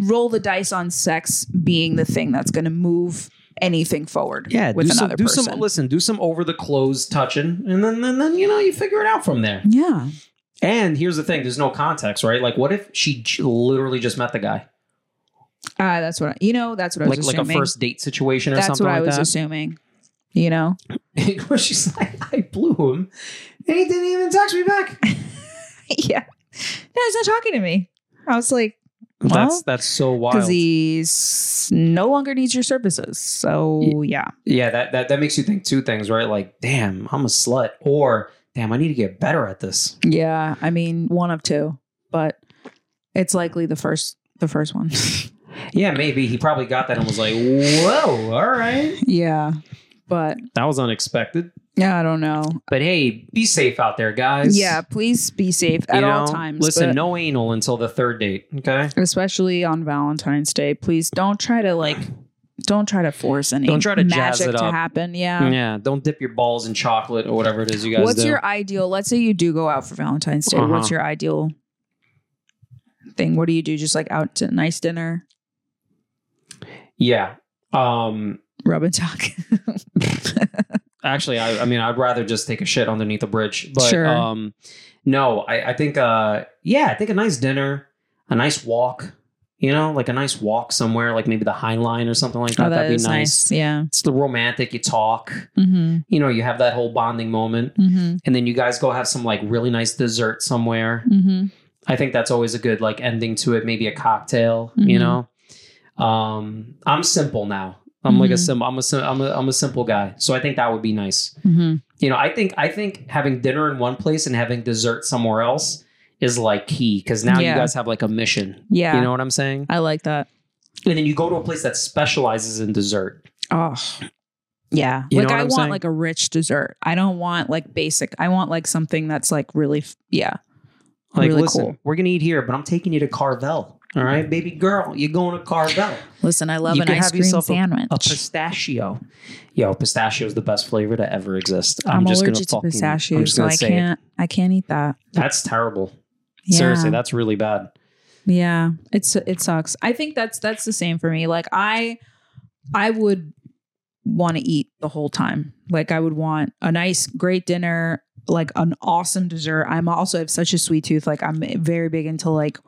[SPEAKER 2] roll the dice on sex being the thing that's going to move." Anything forward,
[SPEAKER 1] yeah,
[SPEAKER 2] with
[SPEAKER 1] do some,
[SPEAKER 2] another
[SPEAKER 1] do
[SPEAKER 2] person,
[SPEAKER 1] some. Listen, do some over the clothes touching, and then, then then you know you figure it out from there.
[SPEAKER 2] yeah,
[SPEAKER 1] And here's the thing: there's no context, right? Like, what if she j- literally just met the guy,
[SPEAKER 2] Uh, that's what I, you know. That's what I was
[SPEAKER 1] like like a
[SPEAKER 2] assuming.
[SPEAKER 1] first date situation or
[SPEAKER 2] that's
[SPEAKER 1] something
[SPEAKER 2] what I
[SPEAKER 1] like
[SPEAKER 2] was
[SPEAKER 1] that?
[SPEAKER 2] assuming. You know,
[SPEAKER 1] Where she's like, I blew him, and he didn't even text me back.
[SPEAKER 2] yeah. No, he's not talking to me. I was like,
[SPEAKER 1] that's
[SPEAKER 2] Well,
[SPEAKER 1] that's so wild.
[SPEAKER 2] because he's no longer needs your services. So yeah,
[SPEAKER 1] yeah, that, that that makes you think two things, right? Like, damn, I'm a slut, or damn, I need to get better at this.
[SPEAKER 2] yeah. I mean, one of two, but it's likely the first, the first one.
[SPEAKER 1] Yeah, maybe he probably got that and was like, whoa, all right,
[SPEAKER 2] yeah, but
[SPEAKER 1] that was unexpected.
[SPEAKER 2] yeah, I don't know.
[SPEAKER 1] But hey, be safe out there, guys.
[SPEAKER 2] yeah, please be safe at
[SPEAKER 1] You
[SPEAKER 2] all
[SPEAKER 1] know,
[SPEAKER 2] times.
[SPEAKER 1] Listen,
[SPEAKER 2] but-
[SPEAKER 1] no anal until the third date. Okay.
[SPEAKER 2] especially on Valentine's Day. Please don't try to like, don't try to force any.
[SPEAKER 1] Don't try to jazz
[SPEAKER 2] magic
[SPEAKER 1] it
[SPEAKER 2] to
[SPEAKER 1] up.
[SPEAKER 2] happen. Yeah.
[SPEAKER 1] Yeah. Don't dip your balls in chocolate or whatever it is you guys
[SPEAKER 2] What's
[SPEAKER 1] do.
[SPEAKER 2] your ideal? Let's say you do go out for Valentine's Day. What's
[SPEAKER 1] Uh-huh.
[SPEAKER 2] your ideal thing? What do you do? Just like out to nice dinner,
[SPEAKER 1] yeah. Um.
[SPEAKER 2] rub and tuck.
[SPEAKER 1] Actually, I, I mean, I'd rather just take a shit underneath the bridge. But
[SPEAKER 2] Sure.
[SPEAKER 1] um, no, I, I think uh, yeah, I think a nice dinner, a nice walk. You know, like a nice walk somewhere, like maybe the High Line or something like that. That'd be
[SPEAKER 2] Oh, is
[SPEAKER 1] nice.
[SPEAKER 2] Yeah.
[SPEAKER 1] It's the romantic. You talk.
[SPEAKER 2] Mm-hmm.
[SPEAKER 1] You know, you have that whole bonding moment,
[SPEAKER 2] Mm-hmm.
[SPEAKER 1] and then you guys go have some like really nice dessert somewhere.
[SPEAKER 2] Mm-hmm.
[SPEAKER 1] I think that's always a good like ending to it. Maybe a cocktail, you
[SPEAKER 2] Mhm.
[SPEAKER 1] know. Um, I'm simple now. I'm like a
[SPEAKER 2] Mhm.
[SPEAKER 1] sim. I'm a sim- I'm a I'm a simple guy. So I think that would be nice.
[SPEAKER 2] Mm-hmm.
[SPEAKER 1] You know, I think I think having dinner in one place and having dessert somewhere else is like key because now
[SPEAKER 2] Yeah.
[SPEAKER 1] you guys have like a mission.
[SPEAKER 2] Yeah.
[SPEAKER 1] You know what I'm saying?
[SPEAKER 2] I like that.
[SPEAKER 1] And then you go to a place that specializes in dessert.
[SPEAKER 2] Oh. Yeah.
[SPEAKER 1] You know
[SPEAKER 2] like
[SPEAKER 1] what
[SPEAKER 2] I
[SPEAKER 1] I'm
[SPEAKER 2] want
[SPEAKER 1] saying?
[SPEAKER 2] like a rich dessert. I don't want like basic. I want like something that's like really f- yeah.
[SPEAKER 1] Like,
[SPEAKER 2] Really
[SPEAKER 1] listen,
[SPEAKER 2] cool. Mm-hmm.
[SPEAKER 1] we're gonna eat here, but I'm taking you to Carvel. All right, baby girl, you're going to Carvel.
[SPEAKER 2] Listen, I love
[SPEAKER 1] You
[SPEAKER 2] an
[SPEAKER 1] could
[SPEAKER 2] ice
[SPEAKER 1] have
[SPEAKER 2] cream
[SPEAKER 1] yourself a-
[SPEAKER 2] sandwich.
[SPEAKER 1] A pistachio. Yo, pistachio is the best flavor to ever exist.
[SPEAKER 2] I'm,
[SPEAKER 1] I'm, just gonna
[SPEAKER 2] allergic to
[SPEAKER 1] fucking,
[SPEAKER 2] pistachios,
[SPEAKER 1] I'm just
[SPEAKER 2] so
[SPEAKER 1] gonna
[SPEAKER 2] I
[SPEAKER 1] say
[SPEAKER 2] can't. I can't eat
[SPEAKER 1] it.
[SPEAKER 2] that.
[SPEAKER 1] That's terrible.
[SPEAKER 2] Yeah.
[SPEAKER 1] Seriously, that's really bad.
[SPEAKER 2] yeah, it's it sucks. I think that's that's the same for me. Like I, I would want to eat the whole time. Like I would want a nice, great dinner, like an awesome dessert. I'm also I have such a sweet tooth. Like I'm very big into like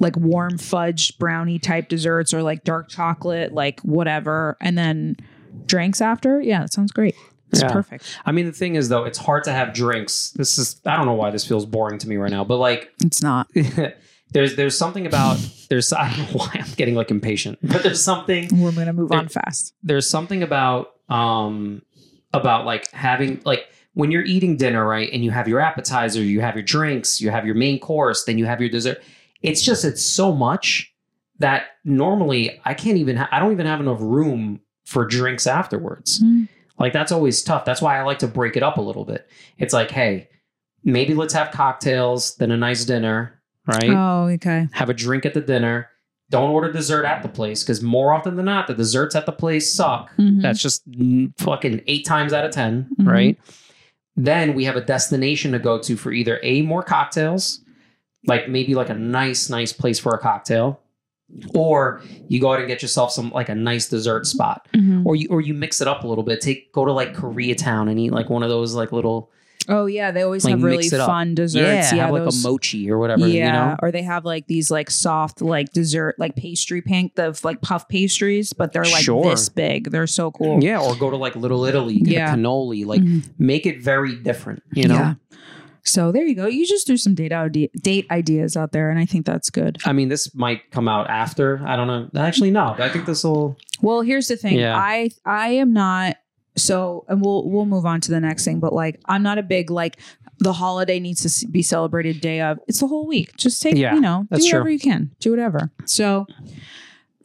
[SPEAKER 2] like warm fudge brownie type desserts or like dark chocolate, like whatever, and then drinks after. Yeah, that sounds great. It's
[SPEAKER 1] Yeah.
[SPEAKER 2] perfect.
[SPEAKER 1] I mean, the thing is, though, it's hard to have drinks. This is, I don't know why this feels boring to me right now, but like,
[SPEAKER 2] It's not.
[SPEAKER 1] there's there's something about there's I don't know why I'm getting like impatient, but there's something
[SPEAKER 2] We're gonna move
[SPEAKER 1] There-
[SPEAKER 2] on fast.
[SPEAKER 1] there's something about um about like having like when you're eating dinner right and you have your appetizer, you have your drinks, you have your main course, then you have your dessert. It's just it's so much that normally I can't even ha- I don't even have enough room for drinks afterwards. Like that's always tough. That's why I like to break it up a little bit. It's like, hey, maybe let's have cocktails, then a nice dinner, right?
[SPEAKER 2] Oh, okay.
[SPEAKER 1] have a drink at the dinner. Don't order dessert at the place because more often than not, the desserts at the place suck.
[SPEAKER 2] Mhm.
[SPEAKER 1] That's just mm, fucking eight times out of 10,
[SPEAKER 2] Mhm.
[SPEAKER 1] right? Then we have a destination to go to for either A, more cocktails, like maybe like a nice, nice place for a cocktail, or you go out and get yourself some like a nice dessert spot
[SPEAKER 2] Mhm.
[SPEAKER 1] or you or you mix it up a little bit. Take go to like Koreatown and eat like one of those like little
[SPEAKER 2] Oh yeah, they always
[SPEAKER 1] Like,
[SPEAKER 2] have really
[SPEAKER 1] mix it up.
[SPEAKER 2] fun desserts. Yeah,
[SPEAKER 1] have like
[SPEAKER 2] those-
[SPEAKER 1] a mochi or whatever.
[SPEAKER 2] yeah,
[SPEAKER 1] you know?
[SPEAKER 2] or they have like these like soft like dessert like pastry pink the like puff pastries, but they're like
[SPEAKER 1] Sure.
[SPEAKER 2] this big. They're so cool.
[SPEAKER 1] Yeah, or go to like Little Italy, get
[SPEAKER 2] Yeah.
[SPEAKER 1] a cannoli, like
[SPEAKER 2] Mhm.
[SPEAKER 1] make it very different. You know,
[SPEAKER 2] Yeah. So there you go. You just threw some date idea, date ideas out there, and I think that's good.
[SPEAKER 1] I mean, this might come out after. I don't know. Actually, no. I think this will.
[SPEAKER 2] Well, here's the thing.
[SPEAKER 1] Yeah.
[SPEAKER 2] I I am not so, and we'll we'll move on to the next thing. But like, I'm not a big like the holiday needs to s- be celebrated day of. It's the whole week. Just take
[SPEAKER 1] Yeah,
[SPEAKER 2] you know do
[SPEAKER 1] that's
[SPEAKER 2] whatever
[SPEAKER 1] true.
[SPEAKER 2] you can. Do whatever. So.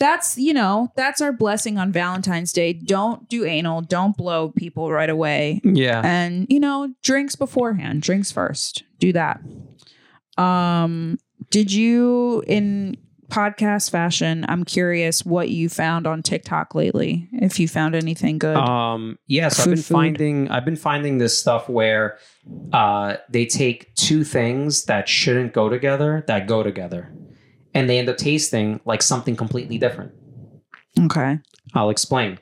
[SPEAKER 2] That's you know that's our blessing on Valentine's Day. Don't do anal. Don't blow people right away.
[SPEAKER 1] Yeah,
[SPEAKER 2] And you know drinks beforehand. Drinks first. Do that. Um, did you in podcast fashion? I'm curious what you found on TikTok lately. If you found anything good,
[SPEAKER 1] um, yeah. So I've
[SPEAKER 2] Food,
[SPEAKER 1] been
[SPEAKER 2] food.
[SPEAKER 1] finding I've been finding this stuff where uh, they take two things that shouldn't go together that go together, and they end up tasting like something completely different.
[SPEAKER 2] okay.
[SPEAKER 1] I'll explain.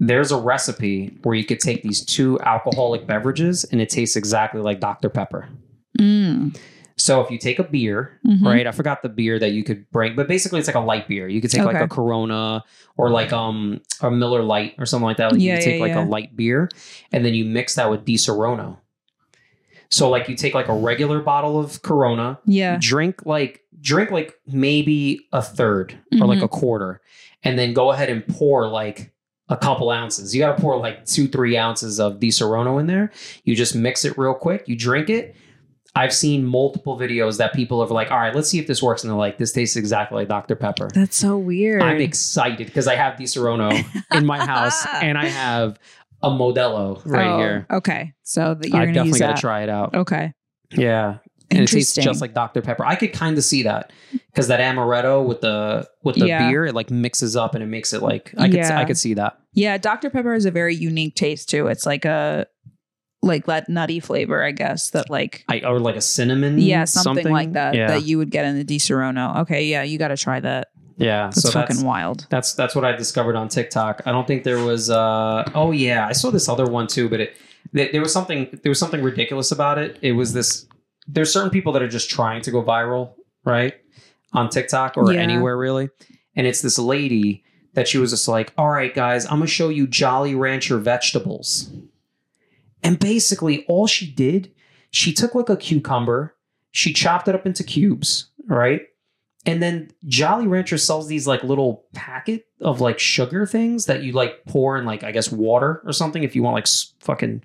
[SPEAKER 1] There's a recipe where you could take these two alcoholic beverages and it tastes exactly like Dr. Pepper.
[SPEAKER 2] Mm.
[SPEAKER 1] So if you take a beer,
[SPEAKER 2] Mhm.
[SPEAKER 1] right? I forgot the beer that you could bring, but basically it's like a light beer. You could take like
[SPEAKER 2] Okay.
[SPEAKER 1] a Corona or like um a Miller Light or something like that. Like
[SPEAKER 2] Yeah,
[SPEAKER 1] you could
[SPEAKER 2] yeah,
[SPEAKER 1] take like
[SPEAKER 2] yeah.
[SPEAKER 1] a light beer and then you mix that with Di Serono. So like you take like a regular bottle of Corona,
[SPEAKER 2] Yeah.
[SPEAKER 1] drink like drink like maybe a 3rd or like
[SPEAKER 2] Mhm.
[SPEAKER 1] a quarter and then go ahead and pour like a couple ounces you gotta pour like two three ounces of the serono in there you just mix it real quick you drink it i've seen multiple videos that people are like all right let's see if this works and they're like this tastes exactly like dr pepper
[SPEAKER 2] That's so weird.
[SPEAKER 1] i'm excited because i have the serono in my house and i have a modelo right
[SPEAKER 2] Oh,
[SPEAKER 1] here
[SPEAKER 2] Okay. So that you're
[SPEAKER 1] i
[SPEAKER 2] gonna
[SPEAKER 1] definitely
[SPEAKER 2] use
[SPEAKER 1] gotta
[SPEAKER 2] that.
[SPEAKER 1] try it out
[SPEAKER 2] Okay.
[SPEAKER 1] yeah and it tastes
[SPEAKER 2] Interesting.
[SPEAKER 1] just like Dr Pepper. I could kind of see that because that amaretto with the with the
[SPEAKER 2] Yeah.
[SPEAKER 1] beer, it like mixes up and it makes it like I could
[SPEAKER 2] Yeah.
[SPEAKER 1] I could see that.
[SPEAKER 2] yeah, Dr Pepper has a very unique taste too. It's like a like that nutty flavor, I guess. That like
[SPEAKER 1] I or like a cinnamon,
[SPEAKER 2] yeah, something, like that
[SPEAKER 1] Mm, Yeah,
[SPEAKER 2] that you would get in the Di Serono. Okay. Yeah, you got to try that.
[SPEAKER 1] yeah.
[SPEAKER 2] That's
[SPEAKER 1] so
[SPEAKER 2] fucking
[SPEAKER 1] that's
[SPEAKER 2] wild.
[SPEAKER 1] that's that's what I discovered on TikTok. I don't think there was. uh Oh yeah, I saw this other one too, but it th- there was something there was something ridiculous about it. It was this. There's certain people that are just trying to go viral, right, on TikTok or
[SPEAKER 2] Yeah.
[SPEAKER 1] anywhere really, and it's this lady that she was just like, "All right, guys, I'm gonna show you Jolly Rancher vegetables," and basically all she did, she took like a cucumber, she chopped it up into cubes, right. And then Jolly Rancher sells these like little packet of like sugar things that you like pour in like I guess water or something if you want like s- fucking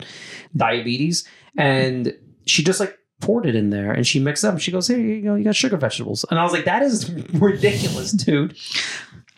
[SPEAKER 1] diabetes. And she just like poured it in there and she mixed it up. And she goes, "Here you go, you got sugar vegetables." And I was like, "That is ridiculous, dude."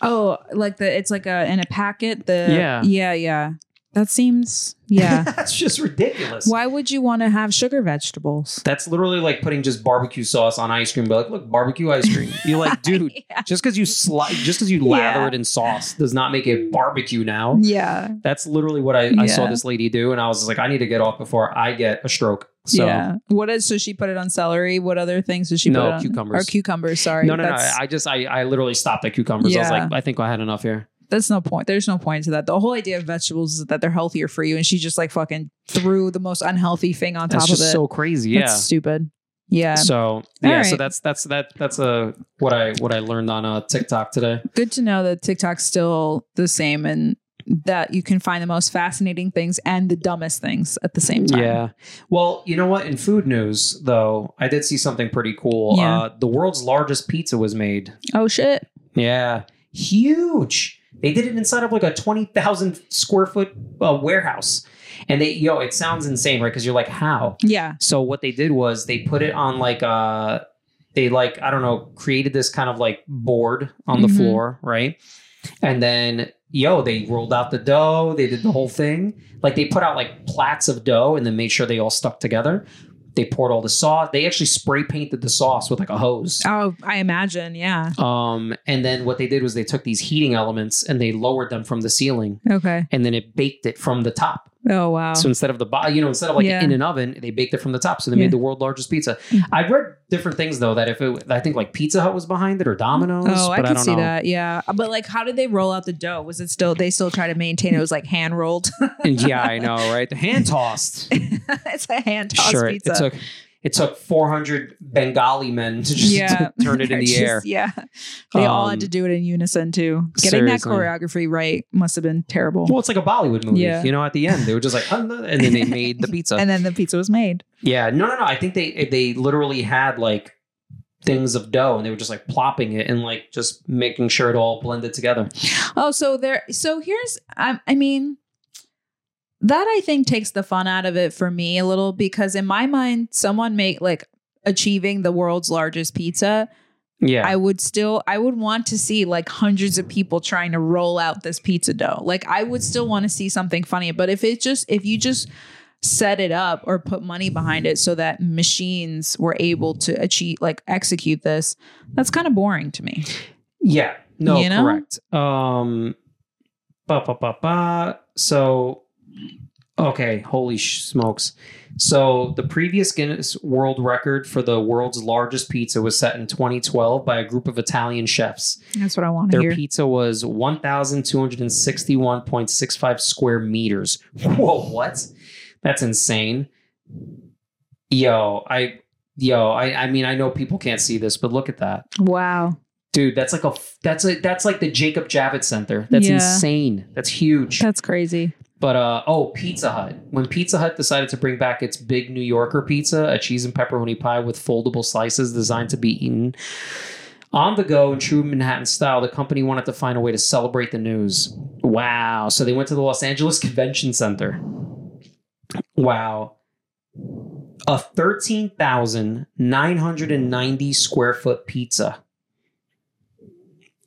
[SPEAKER 2] Oh, like the it's like a in a packet. The
[SPEAKER 1] Yeah.
[SPEAKER 2] yeah, yeah. That seems yeah.
[SPEAKER 1] that's just ridiculous.
[SPEAKER 2] Why would you want to have sugar vegetables?
[SPEAKER 1] That's literally like putting just barbecue sauce on ice cream. But like, look, barbecue ice cream. You're like, dude,
[SPEAKER 2] yeah.
[SPEAKER 1] just because you sli- just because you lather
[SPEAKER 2] Yeah.
[SPEAKER 1] it in sauce does not make it barbecue now.
[SPEAKER 2] Yeah.
[SPEAKER 1] That's literally what I, I saw
[SPEAKER 2] Yeah.
[SPEAKER 1] this lady do, and I was just like, I need to get off before I get a stroke. So
[SPEAKER 2] yeah. What is so she put it on celery? What other things did she
[SPEAKER 1] No,
[SPEAKER 2] put it on?
[SPEAKER 1] cucumbers.
[SPEAKER 2] Or cucumbers, sorry.
[SPEAKER 1] no, no, no.
[SPEAKER 2] that's,
[SPEAKER 1] I just I, I literally stopped at cucumbers. I was
[SPEAKER 2] Yeah.
[SPEAKER 1] like, I think I had enough here.
[SPEAKER 2] that's no point. There's no point to that. The whole idea of vegetables is that they're healthier for you, and she just like fucking threw the most unhealthy thing on
[SPEAKER 1] That's
[SPEAKER 2] top of
[SPEAKER 1] just
[SPEAKER 2] it.
[SPEAKER 1] so crazy. Yeah.
[SPEAKER 2] That's stupid. Yeah.
[SPEAKER 1] so yeah, so
[SPEAKER 2] right.
[SPEAKER 1] that's that's that that's uh, what I what I learned on uh, TikTok today.
[SPEAKER 2] Good to know that TikTok's still the same and that you can find the most fascinating things and the dumbest things at the same time.
[SPEAKER 1] Yeah. Well, you know what? In food news, though, I did see something pretty cool.
[SPEAKER 2] Yeah.
[SPEAKER 1] Uh, the world's largest pizza was made.
[SPEAKER 2] Oh shit.
[SPEAKER 1] Yeah. Huge. They did it inside of like a 20,000 square foot uh, warehouse. And they, yo, it sounds insane, right? Because you're like, how?
[SPEAKER 2] Yeah.
[SPEAKER 1] So what they did was they put it on like uh they like I don't know created this kind of like board on the
[SPEAKER 2] Mhm.
[SPEAKER 1] floor, right? And then yo, they rolled out the dough, they did the whole thing. Like they put out like plats of dough and then made sure they all stuck together. They poured all the sauce. They actually spray painted the sauce with like a hose.
[SPEAKER 2] Oh, I imagine. Yeah.
[SPEAKER 1] Um and then what they did was they took these heating elements and they lowered them from the ceiling
[SPEAKER 2] Okay.
[SPEAKER 1] and then it baked it from the top.
[SPEAKER 2] Oh wow.
[SPEAKER 1] So instead of the bottom, you know, instead of like
[SPEAKER 2] Yeah.
[SPEAKER 1] in an oven, they baked it from the top. So they
[SPEAKER 2] Yeah.
[SPEAKER 1] made the world largest pizza.
[SPEAKER 2] Mhm.
[SPEAKER 1] I've read different things though that if it, I think like Pizza Hut was behind it or Domino's.
[SPEAKER 2] Oh, I
[SPEAKER 1] but I,
[SPEAKER 2] can
[SPEAKER 1] don't
[SPEAKER 2] see
[SPEAKER 1] know.
[SPEAKER 2] that. Yeah, but like, how did they roll out the dough? Was it still they still try to maintain it was like hand rolled?
[SPEAKER 1] And yeah, I know, right? The hand tossed.
[SPEAKER 2] it's a hand tossed
[SPEAKER 1] sure, it,
[SPEAKER 2] pizza.
[SPEAKER 1] took it took 400 Bengali men to just
[SPEAKER 2] Yeah.
[SPEAKER 1] turn it in
[SPEAKER 2] They're
[SPEAKER 1] the
[SPEAKER 2] just-
[SPEAKER 1] air.
[SPEAKER 2] Yeah, they all had
[SPEAKER 1] Um,
[SPEAKER 2] to do it in unison too. Getting
[SPEAKER 1] seriously.
[SPEAKER 2] that choreography right must have been terrible.
[SPEAKER 1] Well, it's like a Bollywood movie.
[SPEAKER 2] Yeah.
[SPEAKER 1] You know, at the end they were just like, and then they made the pizza.
[SPEAKER 2] and then the pizza was made.
[SPEAKER 1] yeah, no, no, no. I think they they literally had like things of dough and they were just like plopping it and like just making sure it all blended together.
[SPEAKER 2] Oh, so there. So here's. I, I mean, that I think takes the fun out of it for me a little because in my mind, someone make like achieving the world's largest pizza
[SPEAKER 1] Yeah,
[SPEAKER 2] I would still I would want to see like hundreds of people trying to roll out this pizza dough. Like I would still want to see something funny, but if it just if you just set it up or put money behind it so that machines were able to achieve like execute this, that's kind of boring to me.
[SPEAKER 1] Yeah. No,
[SPEAKER 2] You know?
[SPEAKER 1] correct. Um ba, ba, ba, ba. so okay, holy sh- smokes. So the previous Guinness World Record for the world's largest pizza was set in 2012 by a group of Italian chefs.
[SPEAKER 2] That's what I want to
[SPEAKER 1] Their
[SPEAKER 2] hear.
[SPEAKER 1] pizza was 1261.65 square meters. Whoa, what? That's insane. Yo, I yo, I I mean I know people can't see this, but look at that.
[SPEAKER 2] wow.
[SPEAKER 1] Dude, that's like a that's a that's like the Jacob Javits Center. That's
[SPEAKER 2] Yeah.
[SPEAKER 1] insane. That's huge.
[SPEAKER 2] That's crazy.
[SPEAKER 1] but uh oh, Pizza Hut. When Pizza Hut decided to bring back its big New Yorker pizza, a cheese and pepperoni pie with foldable slices designed to be eaten on the go in true Manhattan style, the company wanted to find a way to celebrate the news. Wow. So they went to the Los Angeles Convention Center. Wow. A 13,990 square foot pizza.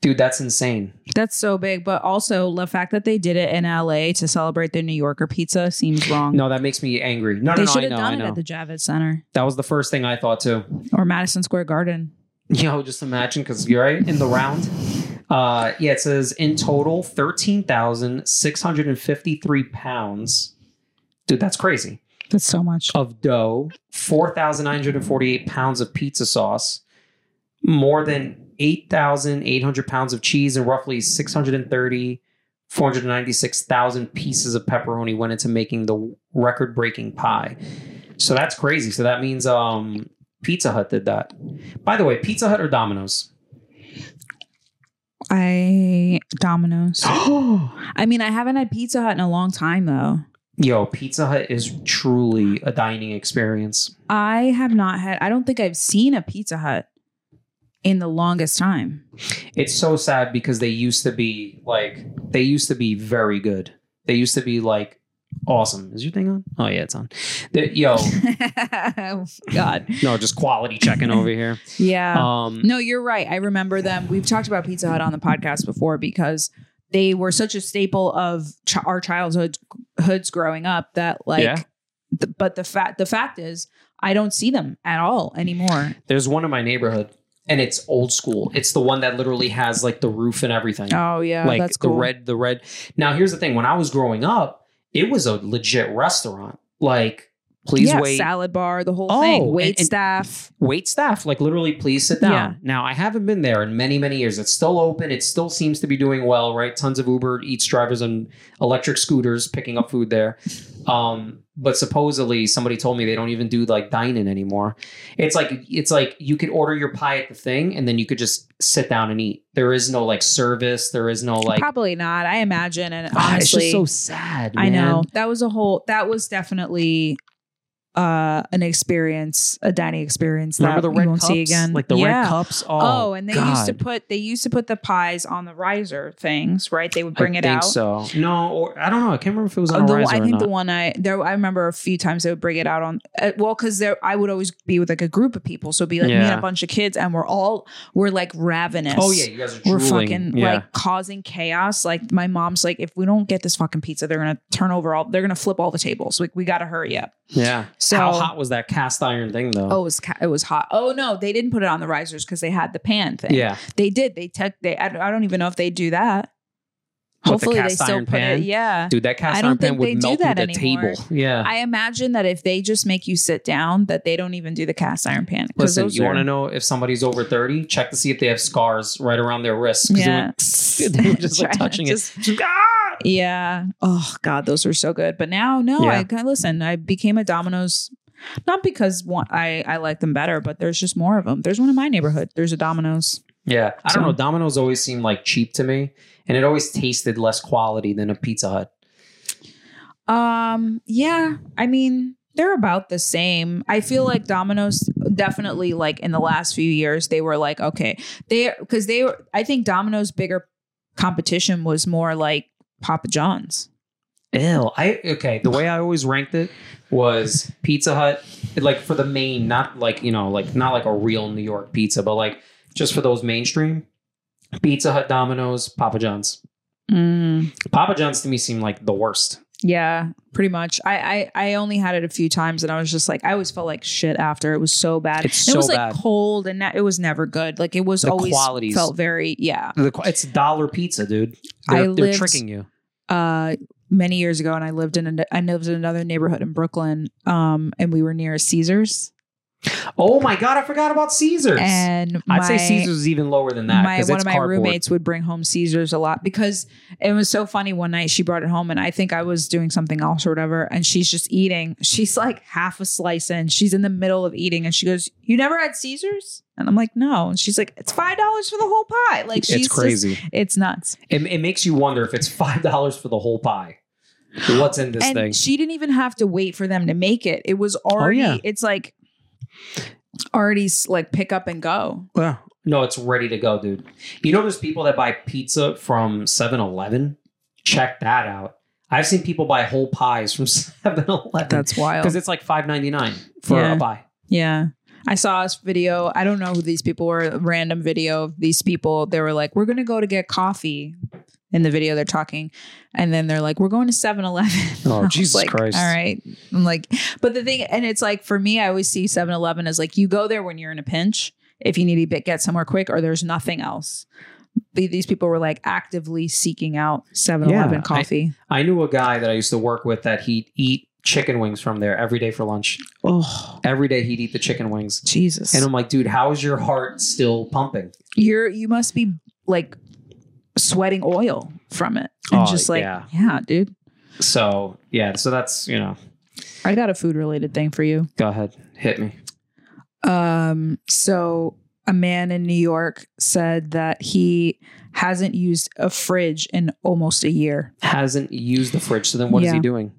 [SPEAKER 1] Dude, that's insane.
[SPEAKER 2] That's so big, but also the fact that they did it in LA to celebrate their New Yorker pizza seems wrong.
[SPEAKER 1] No, that makes me angry. No,
[SPEAKER 2] they
[SPEAKER 1] no, no,
[SPEAKER 2] should
[SPEAKER 1] I
[SPEAKER 2] have
[SPEAKER 1] know, I
[SPEAKER 2] done it
[SPEAKER 1] know.
[SPEAKER 2] at the Javits Center
[SPEAKER 1] that was the first thing I thought too.
[SPEAKER 2] or Madison Square Garden.
[SPEAKER 1] You know, just imagine because you're right in the round. Uh, yeah, it says in total 13,653 pounds. Dude, that's crazy.
[SPEAKER 2] That's so much.
[SPEAKER 1] of dough, 4,948 pounds of pizza sauce, more than 8,800 pounds of cheese, and roughly 630, 496,000 pieces of pepperoni went into making the record breaking pie. So that's crazy. So that means um, Pizza Hut did that. By the way, Pizza Hut or Domino's?
[SPEAKER 2] I Domino's. I mean, I haven't had Pizza Hut in a long time though.
[SPEAKER 1] Yo, Pizza Hut is truly a dining experience.
[SPEAKER 2] I have not had. I don't think I've seen a Pizza Hut in the longest time.
[SPEAKER 1] it's so sad because they used to be like they used to be very good. They used to be like awesome. Is your thing on? Oh yeah, it's on. They- yo,
[SPEAKER 2] Oh, God.
[SPEAKER 1] no, just quality checking over here.
[SPEAKER 2] Yeah.
[SPEAKER 1] Um,
[SPEAKER 2] no, you're right. I remember them. We've talked about Pizza Hut on the podcast before because they were such a staple of ch- our childhood hoods growing up that like.
[SPEAKER 1] Yeah.
[SPEAKER 2] th- but the fact the fact is, I don't see them at all anymore.
[SPEAKER 1] there's one in my neighborhood, and it's old school. It's the one that literally has like the roof and everything.
[SPEAKER 2] Oh yeah,
[SPEAKER 1] like
[SPEAKER 2] that's cool.
[SPEAKER 1] the red, the red. Now here's the thing: when I was growing up, it was a legit restaurant. Like Please
[SPEAKER 2] yeah,
[SPEAKER 1] wait.
[SPEAKER 2] salad bar, the whole
[SPEAKER 1] Oh,
[SPEAKER 2] thing,
[SPEAKER 1] and-
[SPEAKER 2] wait
[SPEAKER 1] and-
[SPEAKER 2] staff.
[SPEAKER 1] wait staff like literally please sit down
[SPEAKER 2] Yeah.
[SPEAKER 1] now i haven't been there in many many years it's still open it still seems to be doing well right tons of uber eats drivers and electric scooters picking up food there um but supposedly somebody told me they don't even do like dining anymore it's like it's like you could order your pie at the thing and then you could just sit down and eat there is no like service there is no like
[SPEAKER 2] Probably not. I imagine, and
[SPEAKER 1] Ah, it's
[SPEAKER 2] honestly,
[SPEAKER 1] just so sad
[SPEAKER 2] I
[SPEAKER 1] man.
[SPEAKER 2] know that was a whole. That was definitely uh an experience, a dining experience
[SPEAKER 1] remember
[SPEAKER 2] that
[SPEAKER 1] the
[SPEAKER 2] you
[SPEAKER 1] red
[SPEAKER 2] won't
[SPEAKER 1] cups
[SPEAKER 2] see again.
[SPEAKER 1] like the
[SPEAKER 2] yeah.
[SPEAKER 1] red cups oh,
[SPEAKER 2] Oh, and they
[SPEAKER 1] God.
[SPEAKER 2] used to put they used to put the pies on the riser things, right? They would bring
[SPEAKER 1] I
[SPEAKER 2] it
[SPEAKER 1] think
[SPEAKER 2] out.
[SPEAKER 1] so no or i don't know i can't remember if it was on
[SPEAKER 2] Uh,
[SPEAKER 1] a
[SPEAKER 2] the-
[SPEAKER 1] riser
[SPEAKER 2] I
[SPEAKER 1] or
[SPEAKER 2] think
[SPEAKER 1] not.
[SPEAKER 2] the one I there I remember a few times they would bring it out on uh, well because there I would always be with like a group of people, so it'd be like me and
[SPEAKER 1] Yeah.
[SPEAKER 2] a bunch of kids, and we're all we're like ravenous.
[SPEAKER 1] Oh yeah, you guys are
[SPEAKER 2] We're
[SPEAKER 1] drooling.
[SPEAKER 2] fucking
[SPEAKER 1] yeah.
[SPEAKER 2] like causing chaos. Like my mom's like, if we don't get this fucking pizza, they're gonna turn over all. They're gonna flip all the tables. Like we gotta hurry up.
[SPEAKER 1] Yeah.
[SPEAKER 2] So
[SPEAKER 1] How hot was that cast iron thing though?
[SPEAKER 2] Oh, it was ca- it was hot. Oh no, they didn't put it on the risers because they had the pan thing.
[SPEAKER 1] yeah.
[SPEAKER 2] They did. They took. They. I, don't- I don't even know if they do that.
[SPEAKER 1] With the
[SPEAKER 2] Hopefully, they
[SPEAKER 1] cast
[SPEAKER 2] still
[SPEAKER 1] iron
[SPEAKER 2] put
[SPEAKER 1] pan?
[SPEAKER 2] it. Yeah.
[SPEAKER 1] Dude, that
[SPEAKER 2] I
[SPEAKER 1] cast
[SPEAKER 2] don't
[SPEAKER 1] iron pan
[SPEAKER 2] think they
[SPEAKER 1] would
[SPEAKER 2] do
[SPEAKER 1] melt through
[SPEAKER 2] that
[SPEAKER 1] the
[SPEAKER 2] anymore.
[SPEAKER 1] table. Yeah.
[SPEAKER 2] I imagine that if they just make you sit down, that they don't even do the cast iron pan. 'cause
[SPEAKER 1] Listen,
[SPEAKER 2] those
[SPEAKER 1] you
[SPEAKER 2] are-
[SPEAKER 1] want to know if somebody's over 30? Check to see if they have scars right around their wrists. 'cause they
[SPEAKER 2] Yeah.
[SPEAKER 1] were- They were just like
[SPEAKER 2] Try-
[SPEAKER 1] touching
[SPEAKER 2] just-
[SPEAKER 1] it. Just, ah!
[SPEAKER 2] Yeah. Oh God, those were so good. But now, no.
[SPEAKER 1] Yeah.
[SPEAKER 2] I kind of listen. I became a Domino's, not because one, I I like them better, but there's just more of them. There's one in my neighborhood. There's a Domino's.
[SPEAKER 1] Yeah. I don't
[SPEAKER 2] So-
[SPEAKER 1] know. Domino's always seemed like cheap to me, and it always tasted less quality than a Pizza Hut.
[SPEAKER 2] Um. Yeah. I mean. They're about the same. I feel like Domino's definitely like in the last few years they were like okay they because they were I think Domino's bigger competition was more like Papa John's.
[SPEAKER 1] Ew. I okay. The way I always ranked it was Pizza Hut, like for the main, not like you know, like not like a real New York pizza, but like just for those mainstream. Pizza Hut, Domino's, Papa John's.
[SPEAKER 2] Mm,
[SPEAKER 1] Papa John's to me seemed like the worst.
[SPEAKER 2] yeah, pretty much. I, I I only had it a few times, and I was just like, I always felt like shit after. It was so bad.
[SPEAKER 1] It's so
[SPEAKER 2] And it was like
[SPEAKER 1] bad.
[SPEAKER 2] cold, and that, it was never good. Like it was
[SPEAKER 1] The
[SPEAKER 2] always
[SPEAKER 1] qualities.
[SPEAKER 2] felt very yeah.
[SPEAKER 1] The qu- It's dollar pizza, dude.
[SPEAKER 2] I
[SPEAKER 1] They're, they're
[SPEAKER 2] lived-
[SPEAKER 1] tricking you.
[SPEAKER 2] Uh, many years ago, and I lived in an, I lived in another neighborhood in Brooklyn, um, and we were near a Caesar's,
[SPEAKER 1] Oh my god, I forgot about Caesars.
[SPEAKER 2] and my,
[SPEAKER 1] I'd say Caesars is even lower than that
[SPEAKER 2] my
[SPEAKER 1] because
[SPEAKER 2] one
[SPEAKER 1] it's
[SPEAKER 2] of my
[SPEAKER 1] cardboard.
[SPEAKER 2] roommates would bring home Caesars a lot because it was so funny. One night she brought it home, and I think I was doing something else or whatever, and she's just eating. She's like half a slice in. She's in the middle of eating, and she goes, "You never had Caesars?" And I'm like, "No." And she's like, "It's five dollars for the whole pie." Like she's
[SPEAKER 1] it's
[SPEAKER 2] just-
[SPEAKER 1] crazy.
[SPEAKER 2] it's nuts.
[SPEAKER 1] it, it makes you wonder if it's five dollars for the whole pie. What's in this
[SPEAKER 2] and
[SPEAKER 1] thing? Oh,
[SPEAKER 2] she didn't even have to wait for them to make it. It was already.
[SPEAKER 1] yeah.
[SPEAKER 2] It's like already s- like pick up and go.
[SPEAKER 1] No, it's ready to go, dude. You know, there's people that buy pizza from 7 Eleven. Check that out. I've seen people buy whole pies from 7 Eleven
[SPEAKER 2] That's wild.
[SPEAKER 1] because it's like five ninety nine for
[SPEAKER 2] Yeah.
[SPEAKER 1] a pie.
[SPEAKER 2] Yeah. I saw this video. I don't know who these people were, a random video of these people. They were like, we're going to go to get coffee. In the video, they're talking. And then they're like, we're going to 7 Eleven.
[SPEAKER 1] Oh, Jesus Christ.
[SPEAKER 2] All right. I'm like, but the thing, and it's like, for me, I always see 7 Eleven as like, you go there when you're in a pinch, if you need to bit- get somewhere quick or there's nothing else. The- These people were like actively seeking out 7 Eleven
[SPEAKER 1] Yeah, I-
[SPEAKER 2] coffee.
[SPEAKER 1] I knew a guy that I used to work with that he'd eat chicken wings from there every day for lunch.
[SPEAKER 2] oh,
[SPEAKER 1] Every day he'd eat the chicken wings.
[SPEAKER 2] Jesus.
[SPEAKER 1] And I'm like, dude, how is your heart still pumping?
[SPEAKER 2] you're you must be like sweating oil from it and
[SPEAKER 1] Oh,
[SPEAKER 2] just like
[SPEAKER 1] yeah.
[SPEAKER 2] yeah. dude
[SPEAKER 1] So, yeah, so that's, you know,
[SPEAKER 2] i got a food related thing for you
[SPEAKER 1] go ahead, hit me.
[SPEAKER 2] um so a man in new york said that he hasn't used a fridge in almost a year
[SPEAKER 1] Hasn't used the fridge. So then what is he
[SPEAKER 2] Yeah.
[SPEAKER 1] doing?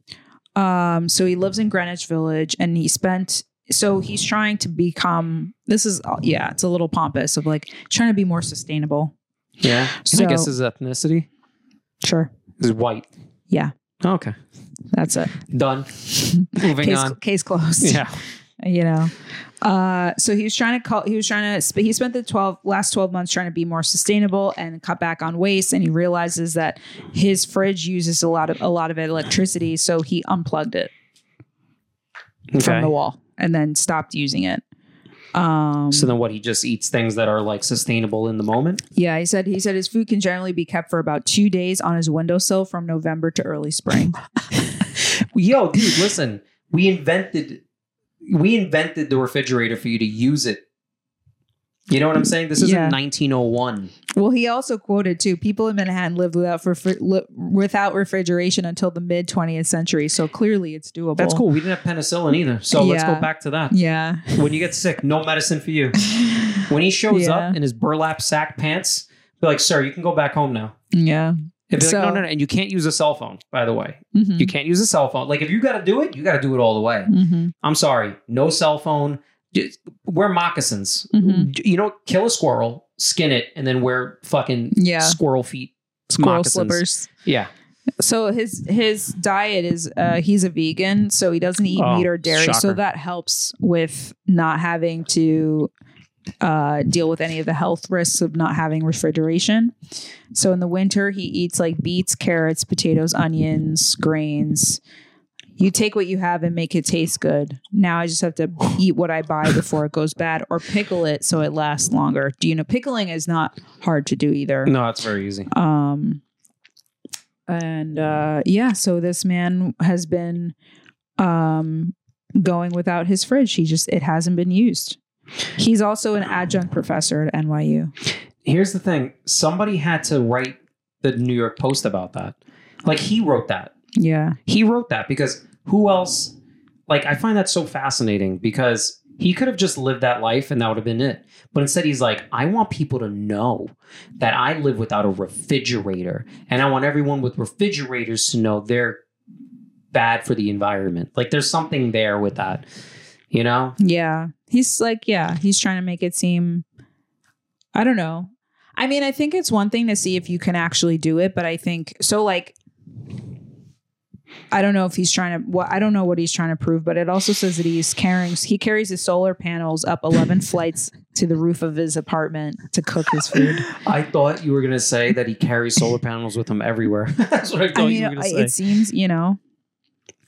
[SPEAKER 2] um so he lives in greenwich village and he spent so he's trying to become this is yeah it's a little pompous of like trying to be more sustainable
[SPEAKER 1] Yeah.
[SPEAKER 2] So-
[SPEAKER 1] I guess his ethnicity
[SPEAKER 2] sure
[SPEAKER 1] is white.
[SPEAKER 2] Yeah.
[SPEAKER 1] Oh, Okay.
[SPEAKER 2] that's it
[SPEAKER 1] Done. Moving
[SPEAKER 2] case,
[SPEAKER 1] on.
[SPEAKER 2] case closed you know uh so he was trying to call he was trying to sp- he spent the 12 last 12 months trying to be more sustainable and cut back on waste and he realizes that his fridge uses a lot of a lot of electricity so he unplugged it from the wall and then stopped using it um
[SPEAKER 1] So then what? He just eats things that are like sustainable in the moment?
[SPEAKER 2] yeah he said he said his food can generally be kept for about two days on his windowsill from november to early spring
[SPEAKER 1] Yo, dude, listen. we invented we invented the refrigerator for you to use it. You know what I'm saying? This isn't
[SPEAKER 2] Yeah.
[SPEAKER 1] 1901.
[SPEAKER 2] Well, he also quoted too: "People in Manhattan lived without refri- li- without refrigeration until the mid 20th century, so clearly it's doable."
[SPEAKER 1] That's cool. We didn't have penicillin either. So let's
[SPEAKER 2] Yeah.
[SPEAKER 1] go back to that.
[SPEAKER 2] Yeah.
[SPEAKER 1] When you get sick, no medicine for you. When he shows
[SPEAKER 2] Yeah.
[SPEAKER 1] up in his burlap sack pants, be like, sir, you can go back home now.
[SPEAKER 2] yeah.
[SPEAKER 1] And be
[SPEAKER 2] So-
[SPEAKER 1] like, no, no, no. And you can't use a cell phone, by the way.
[SPEAKER 2] Mhm.
[SPEAKER 1] You can't use a cell phone. Like, if you got to do it, you got to do it all the way.
[SPEAKER 2] Mhm.
[SPEAKER 1] I'm sorry. No cell phone. Just Wear moccasins.
[SPEAKER 2] Mhm.
[SPEAKER 1] You know, kill a squirrel, skin it, and then wear fucking
[SPEAKER 2] Yeah.
[SPEAKER 1] squirrel feet.
[SPEAKER 2] Squirrel
[SPEAKER 1] moccasins.
[SPEAKER 2] slippers.
[SPEAKER 1] Yeah.
[SPEAKER 2] So his his diet is uh, he's a vegan, so he doesn't eat
[SPEAKER 1] Oh,
[SPEAKER 2] meat or dairy, so
[SPEAKER 1] shocker.
[SPEAKER 2] that helps with not having to uh, deal with any of the health risks of not having refrigeration. So in the winter, he eats like beets, carrots, potatoes, onions, grains. You take what you have and make it taste good. Now I just have to eat what I buy before it goes bad, or pickle it so it lasts longer. Do you know pickling is not hard to do either?
[SPEAKER 1] No, that's very easy.
[SPEAKER 2] Um, and uh, yeah, so this man has been um, going without his fridge. He just it hasn't been used. He's also an adjunct professor at NYU.
[SPEAKER 1] Here's the thing somebody had to write the New York Post about that. Like, he wrote that.
[SPEAKER 2] Yeah,
[SPEAKER 1] he wrote that because who else like i find that so fascinating because he could have just lived that life and that would have been it but instead he's like i want people to know that i live without a refrigerator and i want everyone with refrigerators to know they're bad for the environment like there's something there with that you know
[SPEAKER 2] yeah. He's like, yeah, he's trying to make it seem. I don't know. I mean, I think it's one thing to see if you can actually do it, but I think so. Like, I don't know if he's trying to. What I don't know what he's trying to prove, but it also says that he's carrying. He carries his solar panels up eleven flights to the roof of his apartment to cook his food.
[SPEAKER 1] i thought you were going to say that he carries solar panels with him everywhere that's what i thought
[SPEAKER 2] I
[SPEAKER 1] you were
[SPEAKER 2] mean,
[SPEAKER 1] going to
[SPEAKER 2] I-
[SPEAKER 1] say
[SPEAKER 2] it seems you know.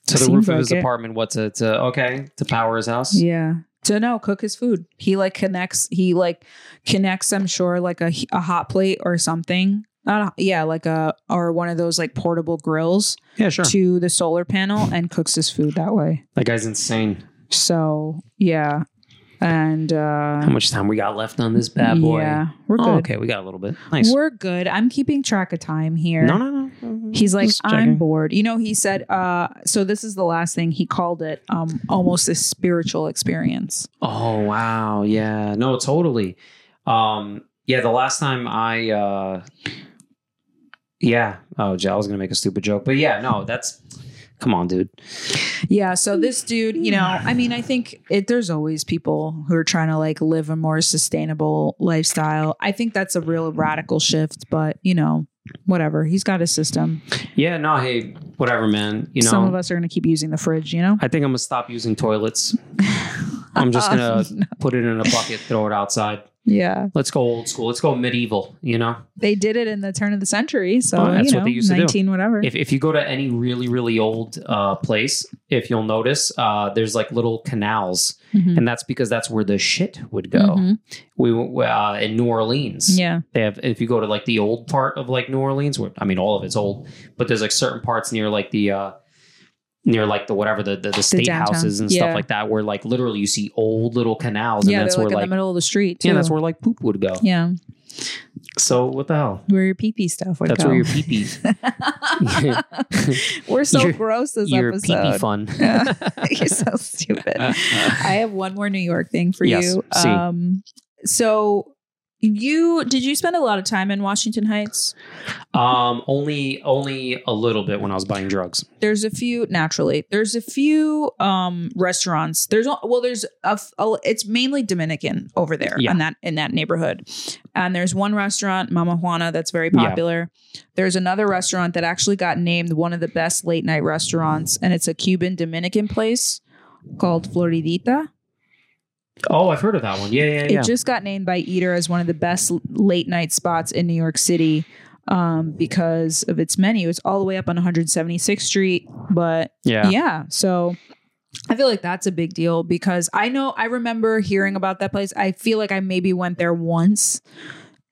[SPEAKER 1] to the
[SPEAKER 2] seems
[SPEAKER 1] roof of
[SPEAKER 2] like
[SPEAKER 1] his
[SPEAKER 2] it.
[SPEAKER 1] apartment what to, to okay to power his house
[SPEAKER 2] Yeah. To no, cook his food. He like connects. He like connects. I'm sure like a a hot plate or something. Not a, yeah, like a or one of those like portable grills
[SPEAKER 1] yeah sure
[SPEAKER 2] to the solar panel and cooks his food that way.
[SPEAKER 1] that guy's insane
[SPEAKER 2] So yeah, and
[SPEAKER 1] How
[SPEAKER 2] uh,
[SPEAKER 1] much time we got left on this bad boy?
[SPEAKER 2] Yeah, we're good.
[SPEAKER 1] Oh, okay, we got a little bit. Nice.
[SPEAKER 2] We're good. I'm keeping track of time here.
[SPEAKER 1] no,
[SPEAKER 2] Mm-hmm.
[SPEAKER 1] no, no. Mhm.
[SPEAKER 2] He's like,
[SPEAKER 1] Just
[SPEAKER 2] I'm
[SPEAKER 1] checking.
[SPEAKER 2] bored. You know, he said, uh, so this is the last thing he called it um, almost a spiritual experience.
[SPEAKER 1] Oh wow, yeah. No, totally. Um, yeah, the last time I uh yeah. Oh, gee, I was gonna make a stupid joke, but yeah, no, that's come on, dude.
[SPEAKER 2] Yeah. So this dude, you know, I mean, I think it, there's always people who are trying to like live a more sustainable lifestyle. I think that's a real radical shift, but you know, whatever. He's got his system.
[SPEAKER 1] Yeah, no, hey, whatever, man. You know
[SPEAKER 2] Some of us are going to keep using the fridge, you know?
[SPEAKER 1] I think I'm gonna stop using toilets. I'm just gonna put it in a bucket, throw it outside.
[SPEAKER 2] Um, yeah.
[SPEAKER 1] Let's go old school. Let's go medieval, you know?
[SPEAKER 2] They did it in the turn of the century. So,
[SPEAKER 1] Oh, that's
[SPEAKER 2] you know,
[SPEAKER 1] what they used to do.
[SPEAKER 2] 19, whatever.
[SPEAKER 1] If, if you go to any really really old uh, place, if you'll notice, uh, there's like little canals,
[SPEAKER 2] Mhm.
[SPEAKER 1] and that's because that's where the shit would go.
[SPEAKER 2] Mhm.
[SPEAKER 1] We w- uh, in New Orleans,
[SPEAKER 2] Yeah.
[SPEAKER 1] they have. If you go to like the old part of like New Orleans, where I mean all of it's old, but there's like certain parts near like the. Uh, Near like the whatever the the, the state
[SPEAKER 2] downtown.
[SPEAKER 1] houses and
[SPEAKER 2] Yeah.
[SPEAKER 1] stuff like that, where like literally you see old little canals,
[SPEAKER 2] yeah.
[SPEAKER 1] and
[SPEAKER 2] They're
[SPEAKER 1] that's
[SPEAKER 2] like
[SPEAKER 1] where
[SPEAKER 2] in
[SPEAKER 1] like,
[SPEAKER 2] the middle of the street. Too.
[SPEAKER 1] yeah, that's where like poop would go.
[SPEAKER 2] Yeah.
[SPEAKER 1] So what the hell?
[SPEAKER 2] Where your pee pee stuff would
[SPEAKER 1] That's
[SPEAKER 2] go.
[SPEAKER 1] where your pee pee,
[SPEAKER 2] We're so
[SPEAKER 1] Your-
[SPEAKER 2] gross this
[SPEAKER 1] your pee pee
[SPEAKER 2] episode.
[SPEAKER 1] fun.
[SPEAKER 2] Yeah. You're so stupid. I have one more New York thing for
[SPEAKER 1] Yes,
[SPEAKER 2] you.
[SPEAKER 1] see.
[SPEAKER 2] Um, so you did you spend a lot of time in Washington Heights?
[SPEAKER 1] Um, only only a little bit when I was buying drugs.
[SPEAKER 2] There's a few naturally. There's a few um restaurants. There's a- well, there's a, f- a- it's mainly Dominican over there
[SPEAKER 1] Yeah.
[SPEAKER 2] in that in that neighborhood, and there's one restaurant Mama Juana that's very
[SPEAKER 1] Yeah.
[SPEAKER 2] popular. There's another restaurant that actually got named one of the best late night restaurants, and it's a Cuban Dominican place called Floridita.
[SPEAKER 1] Oh, I've heard of that one. Yeah, yeah, yeah.
[SPEAKER 2] It just got named by Eater as one of the best l- late night spots in New York City um, because of its menu. It's all the way up on 176th Street. But yeah.
[SPEAKER 1] yeah.
[SPEAKER 2] so I feel like that's a big deal because I know I remember hearing about that place. I feel like I maybe went there once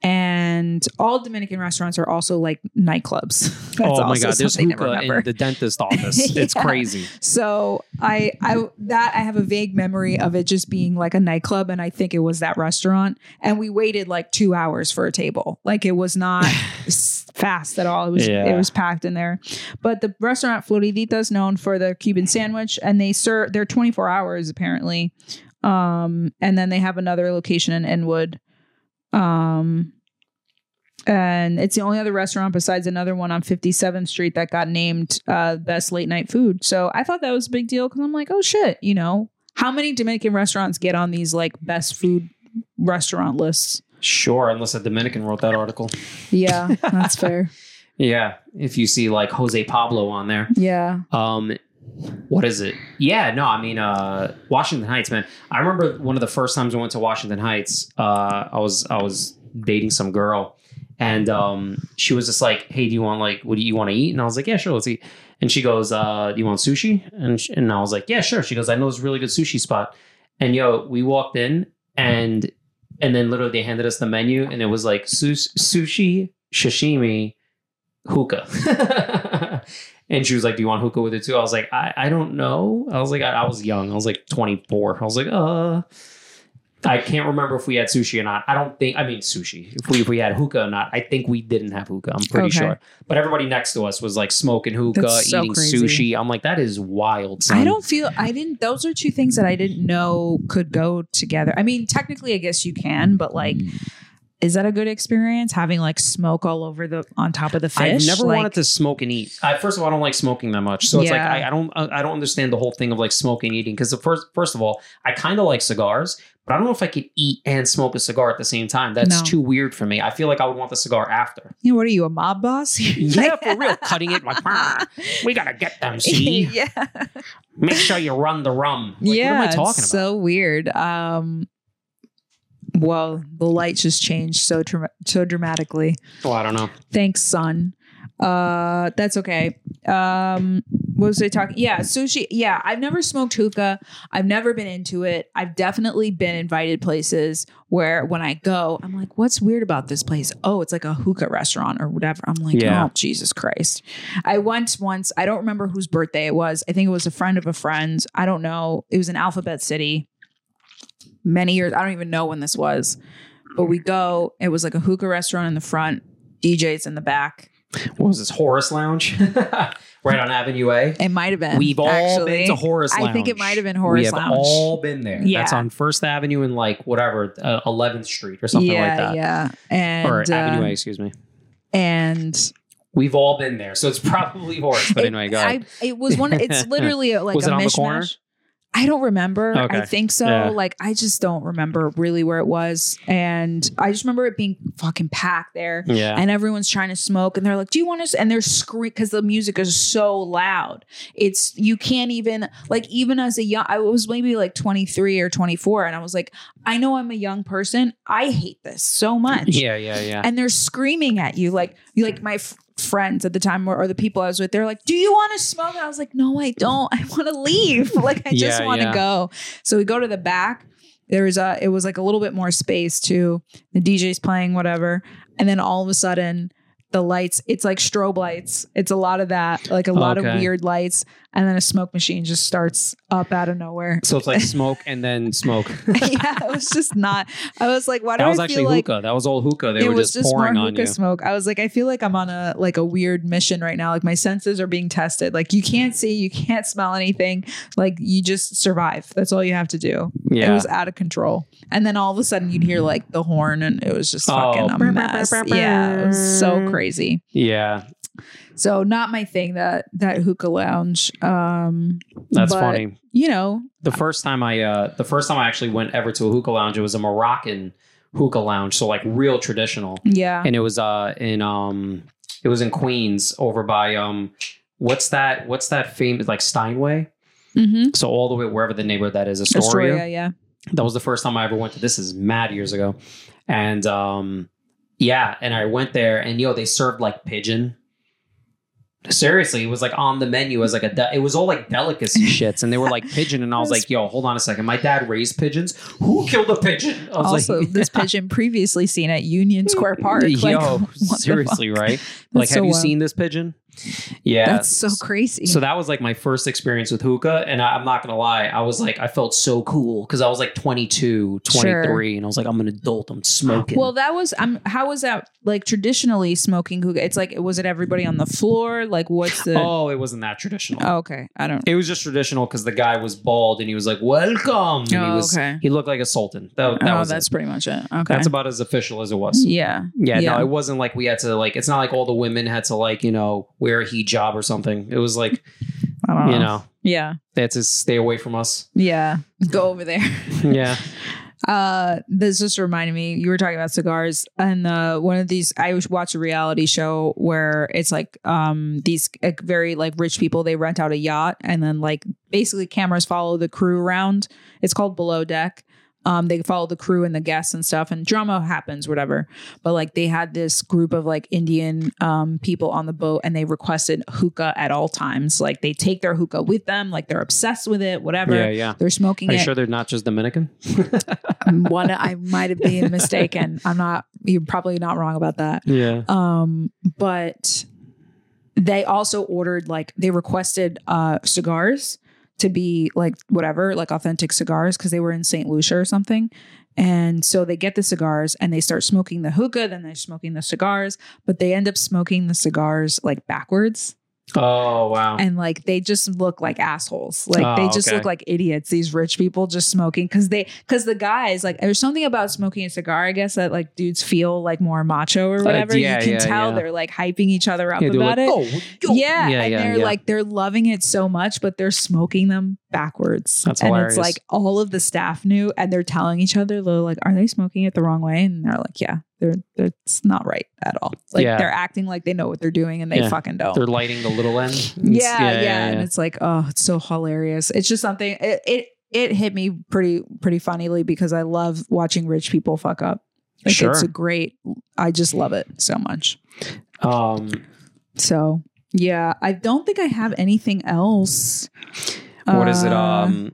[SPEAKER 2] And all Dominican restaurants are also like nightclubs. That's
[SPEAKER 1] oh my
[SPEAKER 2] also
[SPEAKER 1] god, there's
[SPEAKER 2] something to
[SPEAKER 1] hookah
[SPEAKER 2] remember.
[SPEAKER 1] in the dentist office. It's
[SPEAKER 2] Yeah.
[SPEAKER 1] crazy.
[SPEAKER 2] So I, I that I have a vague memory of it just being like a nightclub, and I think it was that restaurant. And we waited like two hours for a table. Like it was not s- fast at all. It was
[SPEAKER 1] Yeah.
[SPEAKER 2] it was packed in there. But the restaurant Floridita is known for their Cuban sandwich, and they serve they're twenty four hours apparently. Um, and then they have another location in Inwood. Um, and it's the only other restaurant besides another one on 57th Street that got named uh, best late night food. So I thought that was a big deal because I'm like, oh shit, you know, how many Dominican restaurants get on these like best food restaurant lists?
[SPEAKER 1] Sure, unless a Dominican wrote that article.
[SPEAKER 2] Yeah, that's fair.
[SPEAKER 1] Yeah, if you see like Jose Pablo on there.
[SPEAKER 2] Yeah.
[SPEAKER 1] Um, what is it? Yeah, no, I mean, uh, Washington Heights, man. I remember one of the first times I went to Washington Heights. Uh, I was I was dating some girl, and um, she was just like, "Hey, do you want like what do you want to eat?" And I was like, "Yeah, sure, let's eat." And she goes, uh, "Do you want sushi?" And sh- and I was like, "Yeah, sure." She goes, "I know this really good sushi spot." And yo, we walked in, and and then literally they handed us the menu, and it was like sus- sushi, sashimi, hookah. and she was like, "Do you want hookah with it too?" I was like, "I, I don't know." I was like, I, I was young. I was like 24. I was like, "Uh." I can't remember if we had sushi or not. I don't think. I mean, sushi. If we if we had hookah or not, I think we didn't have hookah. I'm pretty
[SPEAKER 2] Okay.
[SPEAKER 1] sure. But everybody next to us was like smoking hookah,
[SPEAKER 2] That's so
[SPEAKER 1] eating
[SPEAKER 2] crazy.
[SPEAKER 1] sushi. I'm like, that is wild. Son.
[SPEAKER 2] I don't feel I didn't those are two things that I didn't know could go together. I mean, technically I guess you can, but like is that a good experience having like smoke all over the on top of the fish?
[SPEAKER 1] I've never
[SPEAKER 2] Like-
[SPEAKER 1] wanted to smoke and eat. I, first of all, I don't like smoking that much, so it's like
[SPEAKER 2] Yeah.
[SPEAKER 1] I, I don't uh, I I don't understand the whole thing of like smoking and eating because first first of all, I kind of like cigars, but I don't know if I could eat and smoke a cigar at the same time. That's
[SPEAKER 2] No.
[SPEAKER 1] too weird for me. I feel like I would want the cigar after.
[SPEAKER 2] You know, what are you, a mob boss?
[SPEAKER 1] yeah, for real, cutting it like "Brr, we gotta get them. See,
[SPEAKER 2] yeah.
[SPEAKER 1] make sure you run the rum. Like,
[SPEAKER 2] yeah.
[SPEAKER 1] what am I
[SPEAKER 2] it's
[SPEAKER 1] talking about?
[SPEAKER 2] So weird. Um well, the light just changed so dra- so dramatically.
[SPEAKER 1] Well, I don't know.
[SPEAKER 2] Thanks, son. Uh, that's okay. Um, what was I talking? Yeah, sushi. Yeah, I've never smoked hookah. I've never been into it. I've definitely been invited places where when I go, I'm like, what's weird about this place? Oh, it's like a hookah restaurant or whatever. I'm like,
[SPEAKER 1] Yeah.
[SPEAKER 2] oh, Jesus Christ. I went once, I don't remember whose birthday it was. I think it was a friend of a friend. I don't know. It was in Alphabet City many years. I don't even know when this was, but we go. It was like a hookah restaurant in the front, DJs in the back.
[SPEAKER 1] What was this Horace Lounge? right on Avenue A.
[SPEAKER 2] It might have been.
[SPEAKER 1] We've all
[SPEAKER 2] actually.
[SPEAKER 1] been to Horace Lounge.
[SPEAKER 2] I think it might have been
[SPEAKER 1] we
[SPEAKER 2] Horace
[SPEAKER 1] have
[SPEAKER 2] Lounge.
[SPEAKER 1] all been there.
[SPEAKER 2] Yeah.
[SPEAKER 1] That's on First Avenue and like whatever, uh, 11th Street or something
[SPEAKER 2] yeah,
[SPEAKER 1] like that.
[SPEAKER 2] yeah, and
[SPEAKER 1] Or
[SPEAKER 2] uh,
[SPEAKER 1] Avenue A, excuse me.
[SPEAKER 2] and
[SPEAKER 1] We've all been there. So it's probably Horace. But
[SPEAKER 2] it,
[SPEAKER 1] anyway, go ahead.
[SPEAKER 2] I, it was one. It's literally like
[SPEAKER 1] Was
[SPEAKER 2] a
[SPEAKER 1] it on the
[SPEAKER 2] mishmash.
[SPEAKER 1] corner?
[SPEAKER 2] I don't remember. I
[SPEAKER 1] Okay.
[SPEAKER 2] think so.
[SPEAKER 1] Yeah.
[SPEAKER 2] Like I just don't remember really where it was, and I just remember it being fucking packed there.
[SPEAKER 1] yeah.
[SPEAKER 2] and everyone's trying to smoke and they're like do you want to and they're screaming because the music is so loud it's you can't even like even as a young i was maybe like 23 or 24 and i was like i know i'm a young person i hate this so much
[SPEAKER 1] Yeah, yeah, yeah.
[SPEAKER 2] and they're screaming at you like you like my f- friends at the time or, or the people i was with they're like do you want to smoke and i was like no i don't i want to leave like i just
[SPEAKER 1] Yeah,
[SPEAKER 2] want to
[SPEAKER 1] yeah.
[SPEAKER 2] go so we go to the back there was a it was like a little bit more space too the dj's playing whatever and then all of a sudden the lights it's like strobe lights it's a lot of that like a lot
[SPEAKER 1] Okay.
[SPEAKER 2] of weird lights and then a smoke machine just starts up out of nowhere
[SPEAKER 1] So it's like smoke and then smoke.
[SPEAKER 2] yeah it was just not i was like why do
[SPEAKER 1] that was
[SPEAKER 2] i
[SPEAKER 1] actually
[SPEAKER 2] feel like
[SPEAKER 1] hookah. That was all hookah. They
[SPEAKER 2] it
[SPEAKER 1] were
[SPEAKER 2] was
[SPEAKER 1] just,
[SPEAKER 2] just more
[SPEAKER 1] pouring on
[SPEAKER 2] hookah
[SPEAKER 1] you.
[SPEAKER 2] smoke. I was like, I feel like I'm on a like a weird mission right now. Like my senses are being tested. Like you can't see, you can't smell anything. Like you just survive. That's all you have to do. It
[SPEAKER 1] Yeah.
[SPEAKER 2] was out of control. And then all of a sudden you'd hear like the horn, and it was just
[SPEAKER 1] Oh.
[SPEAKER 2] fucking a mess. Yeah, it was so crazy.
[SPEAKER 1] yeah.
[SPEAKER 2] So not my thing. That that hookah lounge. Um,
[SPEAKER 1] That's
[SPEAKER 2] but,
[SPEAKER 1] funny.
[SPEAKER 2] You know,
[SPEAKER 1] The first time I uh the first time I actually went ever to a hookah lounge, it was a Moroccan hookah lounge. So like real traditional.
[SPEAKER 2] yeah.
[SPEAKER 1] and it was uh in um it was in Queens over by um what's that what's that famous like Steinway
[SPEAKER 2] Mm-hmm.
[SPEAKER 1] so all the way wherever the neighborhood that is Astoria,
[SPEAKER 2] Astoria, yeah.
[SPEAKER 1] that was the first time I ever went to this is mad years ago and um yeah and I went there and yo they served like pigeon Seriously, it was like on the menu as like a de- it was all like delicacy shits, and they were like pigeon, and I was like, "Yo, hold on a second, my dad raised pigeons. Who killed a pigeon?" I was
[SPEAKER 2] also,
[SPEAKER 1] like,
[SPEAKER 2] this pigeon previously seen at Union Square Park. Like,
[SPEAKER 1] "Yo,
[SPEAKER 2] what the
[SPEAKER 1] seriously,
[SPEAKER 2] fuck?
[SPEAKER 1] right?
[SPEAKER 2] That's
[SPEAKER 1] Like,
[SPEAKER 2] so
[SPEAKER 1] have you
[SPEAKER 2] wild.
[SPEAKER 1] seen this pigeon?" Yeah,
[SPEAKER 2] That's so crazy.
[SPEAKER 1] So that was like my first experience with hookah. And I, I'm not going to lie, I was like, I felt so cool because I was like 22, 23.
[SPEAKER 2] Sure.
[SPEAKER 1] And I was like, I'm an adult. I'm smoking.
[SPEAKER 2] well, that was um. How was that like traditionally smoking hookah? It's like was it everybody on the floor? Like what's the?
[SPEAKER 1] oh, it wasn't that traditional.
[SPEAKER 2] Oh, okay, I don't.
[SPEAKER 1] It was just traditional because the guy was bald and he was like, welcome. And
[SPEAKER 2] Oh,
[SPEAKER 1] he was,
[SPEAKER 2] okay.
[SPEAKER 1] He looked like a sultan. That, that
[SPEAKER 2] oh,
[SPEAKER 1] was
[SPEAKER 2] that's
[SPEAKER 1] it.
[SPEAKER 2] pretty much it. Okay,
[SPEAKER 1] That's about as official as it was.
[SPEAKER 2] yeah,
[SPEAKER 1] Yeah,
[SPEAKER 2] Yeah.
[SPEAKER 1] no, it wasn't like we had to like. It's not like all the women had to like you know wear a hijab or something. It was like
[SPEAKER 2] I don't know.
[SPEAKER 1] you know
[SPEAKER 2] Yeah,
[SPEAKER 1] they had to stay away from us.
[SPEAKER 2] yeah. Go over there.
[SPEAKER 1] Yeah,
[SPEAKER 2] Uh, this just reminded me. You were talking about cigars, and uh, one of these. I was- watch a reality show where it's like um these like, very like rich people. They rent out a yacht, and then like basically cameras follow the crew around. It's called Below Deck. Um, they follow the crew and the guests and stuff, and drama happens, whatever. But like they had this group of like Indian um people on the boat, and they requested hookah at all times. Like they take their hookah with them, like they're obsessed with it, whatever.
[SPEAKER 1] yeah, yeah.
[SPEAKER 2] They're smoking
[SPEAKER 1] Are you
[SPEAKER 2] it
[SPEAKER 1] sure they're not just Dominican?
[SPEAKER 2] one I might have been mistaken. I'm not you're probably not wrong about that.
[SPEAKER 1] Yeah.
[SPEAKER 2] Um but they also ordered like they requested uh cigars to be like whatever, like authentic cigars cuz they were in St. Lucia or something. And so they get the cigars and they start smoking the hookah, then they're smoking the cigars, but they end up smoking the cigars like backwards
[SPEAKER 1] Oh wow.
[SPEAKER 2] and like they just look like assholes like
[SPEAKER 1] Oh,
[SPEAKER 2] they just
[SPEAKER 1] okay.
[SPEAKER 2] look like idiots these rich people just smoking because they because the guys like there's something about smoking a cigar i guess that like dudes feel like more macho or whatever
[SPEAKER 1] Uh, yeah,
[SPEAKER 2] you can
[SPEAKER 1] yeah,
[SPEAKER 2] tell
[SPEAKER 1] yeah.
[SPEAKER 2] they're like hyping each other up
[SPEAKER 1] Yeah, they were
[SPEAKER 2] about
[SPEAKER 1] like,
[SPEAKER 2] it
[SPEAKER 1] "Oh, yo."
[SPEAKER 2] yeah,
[SPEAKER 1] yeah,
[SPEAKER 2] and
[SPEAKER 1] yeah,
[SPEAKER 2] they're
[SPEAKER 1] yeah.
[SPEAKER 2] like they're loving it so much but they're smoking them backwards
[SPEAKER 1] That's
[SPEAKER 2] and
[SPEAKER 1] hilarious.
[SPEAKER 2] it's like all of the staff knew and they're telling each other they're like are they smoking it the wrong way and they're like yeah they're, they're it's not right at all like
[SPEAKER 1] Yeah.
[SPEAKER 2] they're acting like they know what they're doing and they
[SPEAKER 1] Yeah.
[SPEAKER 2] fucking don't
[SPEAKER 1] They're lighting the little end.
[SPEAKER 2] yeah, yeah, And it's like, oh, it's so hilarious. It's just something. It it, it hit me pretty pretty funnily because I love watching rich people fuck up. Like,
[SPEAKER 1] Sure.
[SPEAKER 2] It's a great. I just love it so much.
[SPEAKER 1] Um,
[SPEAKER 2] So yeah, I don't think I have anything else.
[SPEAKER 1] what is it?
[SPEAKER 2] Uh,
[SPEAKER 1] Um,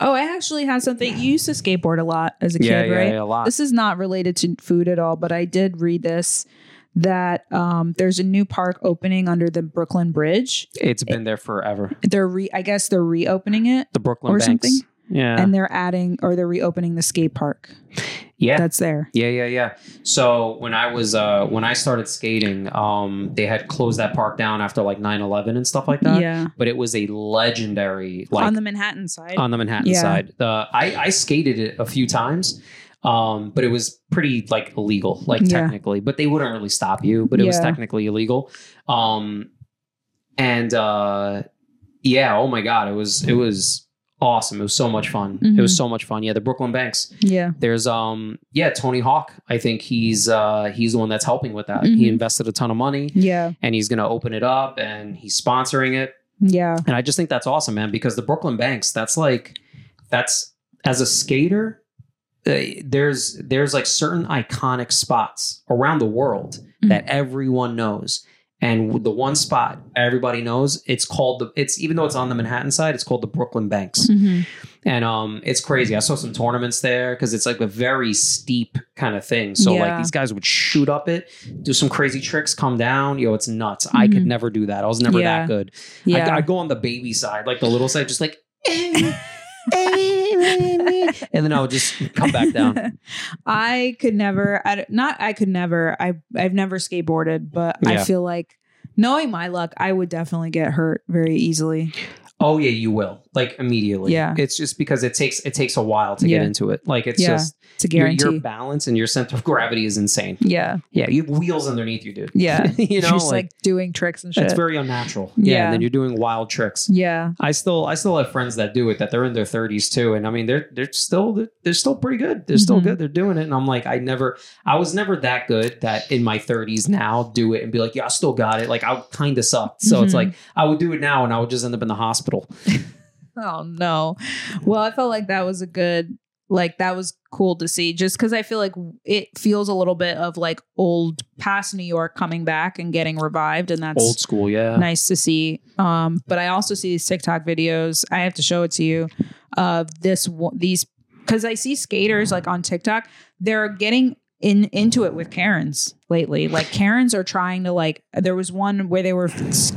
[SPEAKER 2] oh, I actually have something. You used to skateboard a lot as a
[SPEAKER 1] yeah,
[SPEAKER 2] kid,
[SPEAKER 1] yeah,
[SPEAKER 2] right?
[SPEAKER 1] yeah, a lot.
[SPEAKER 2] This is not related to food at all, but I did read this that um, there's a new park opening under the Brooklyn Bridge.
[SPEAKER 1] it's been there forever.
[SPEAKER 2] They're re I guess they're reopening it.
[SPEAKER 1] The Brooklyn
[SPEAKER 2] Or
[SPEAKER 1] Banks.
[SPEAKER 2] something?
[SPEAKER 1] Yeah.
[SPEAKER 2] and they're adding or they're reopening the skate park
[SPEAKER 1] yeah.
[SPEAKER 2] that's there.
[SPEAKER 1] yeah, yeah, yeah. So when I was uh when I started skating, um they had closed that park down after like 9/11 and stuff like that.
[SPEAKER 2] yeah,
[SPEAKER 1] But it was a legendary like
[SPEAKER 2] on the Manhattan side.
[SPEAKER 1] on the Manhattan
[SPEAKER 2] Yeah.
[SPEAKER 1] side. The I, I skated it a few times, um, but it was pretty like illegal, like
[SPEAKER 2] Yeah.
[SPEAKER 1] technically. But they wouldn't really stop you, but it was
[SPEAKER 2] Yeah.
[SPEAKER 1] technically illegal. Um, and uh, yeah, oh my god, it was it was awesome. It was so much fun. It
[SPEAKER 2] Mm-hmm.
[SPEAKER 1] was so much fun. Yeah, the Brooklyn Banks.
[SPEAKER 2] yeah,
[SPEAKER 1] There's um yeah Tony Hawk. I think he's uh he's the one that's helping with that. He
[SPEAKER 2] Mhm.
[SPEAKER 1] invested a ton of money.
[SPEAKER 2] yeah,
[SPEAKER 1] And he's gonna open it up, and he's sponsoring it.
[SPEAKER 2] yeah.
[SPEAKER 1] And I just think that's awesome, man, because the Brooklyn Banks, that's like, that's as a skater, uh, there's there's like certain iconic spots around the world
[SPEAKER 2] Mm-hmm.
[SPEAKER 1] that everyone knows. And the one spot everybody knows, it's called the it's even though it's on the Manhattan side, it's called the Brooklyn Banks.
[SPEAKER 2] Mm-hmm.
[SPEAKER 1] And um it's crazy. I saw some tournaments there because it's like a very steep kind of thing. So
[SPEAKER 2] Yeah.
[SPEAKER 1] like these guys would shoot up it, do some crazy tricks, come down. Yo, it's nuts. I could
[SPEAKER 2] Mhm.
[SPEAKER 1] never do that. I was never
[SPEAKER 2] Yeah.
[SPEAKER 1] that good. I, I go on the baby side, like the little side, just like, "Eh, and eh, then I would just come back down.
[SPEAKER 2] I could never. I don't- not. I could never. I I've never skateboarded, but
[SPEAKER 1] Yeah.
[SPEAKER 2] I feel like knowing my luck, I would definitely get hurt very easily.
[SPEAKER 1] Oh yeah, you will. Like immediately.
[SPEAKER 2] Yeah.
[SPEAKER 1] It's just because it takes it takes a while to
[SPEAKER 2] Yeah.
[SPEAKER 1] get into it. Like it's
[SPEAKER 2] Yeah,
[SPEAKER 1] just
[SPEAKER 2] It's a
[SPEAKER 1] your,
[SPEAKER 2] guarantee.
[SPEAKER 1] your balance and your center of gravity is insane.
[SPEAKER 2] yeah,
[SPEAKER 1] Yeah, you have wheels underneath you, dude.
[SPEAKER 2] yeah.
[SPEAKER 1] you know,
[SPEAKER 2] just
[SPEAKER 1] like,
[SPEAKER 2] like, doing tricks and shit.
[SPEAKER 1] that's very unnatural. Yeah.
[SPEAKER 2] Yeah.
[SPEAKER 1] And then you're doing wild tricks.
[SPEAKER 2] yeah,
[SPEAKER 1] I still I still have friends that do it that they're in their 30s too and I mean they're they're still they're, still pretty good. They're still
[SPEAKER 2] Mhm.
[SPEAKER 1] good. They're doing it and I'm like I never I was never that good that in my 30s now do it and be like yeah I still got it. Like I kind of sucked. So it's
[SPEAKER 2] Mhm.
[SPEAKER 1] like I would do it now and I would just end up in the hospital.
[SPEAKER 2] Oh no. Well, I felt like that was a good like that was cool to see just because I feel like it feels a little bit of like old past New York coming back and getting revived. And that's
[SPEAKER 1] Old school, yeah.
[SPEAKER 2] nice to see. Um, but I also see these TikTok videos. I have to show it to you of this wo- these because I see skaters like on TikTok. They're getting in into it with Karens lately. Like Karens are trying to like. There was one where they were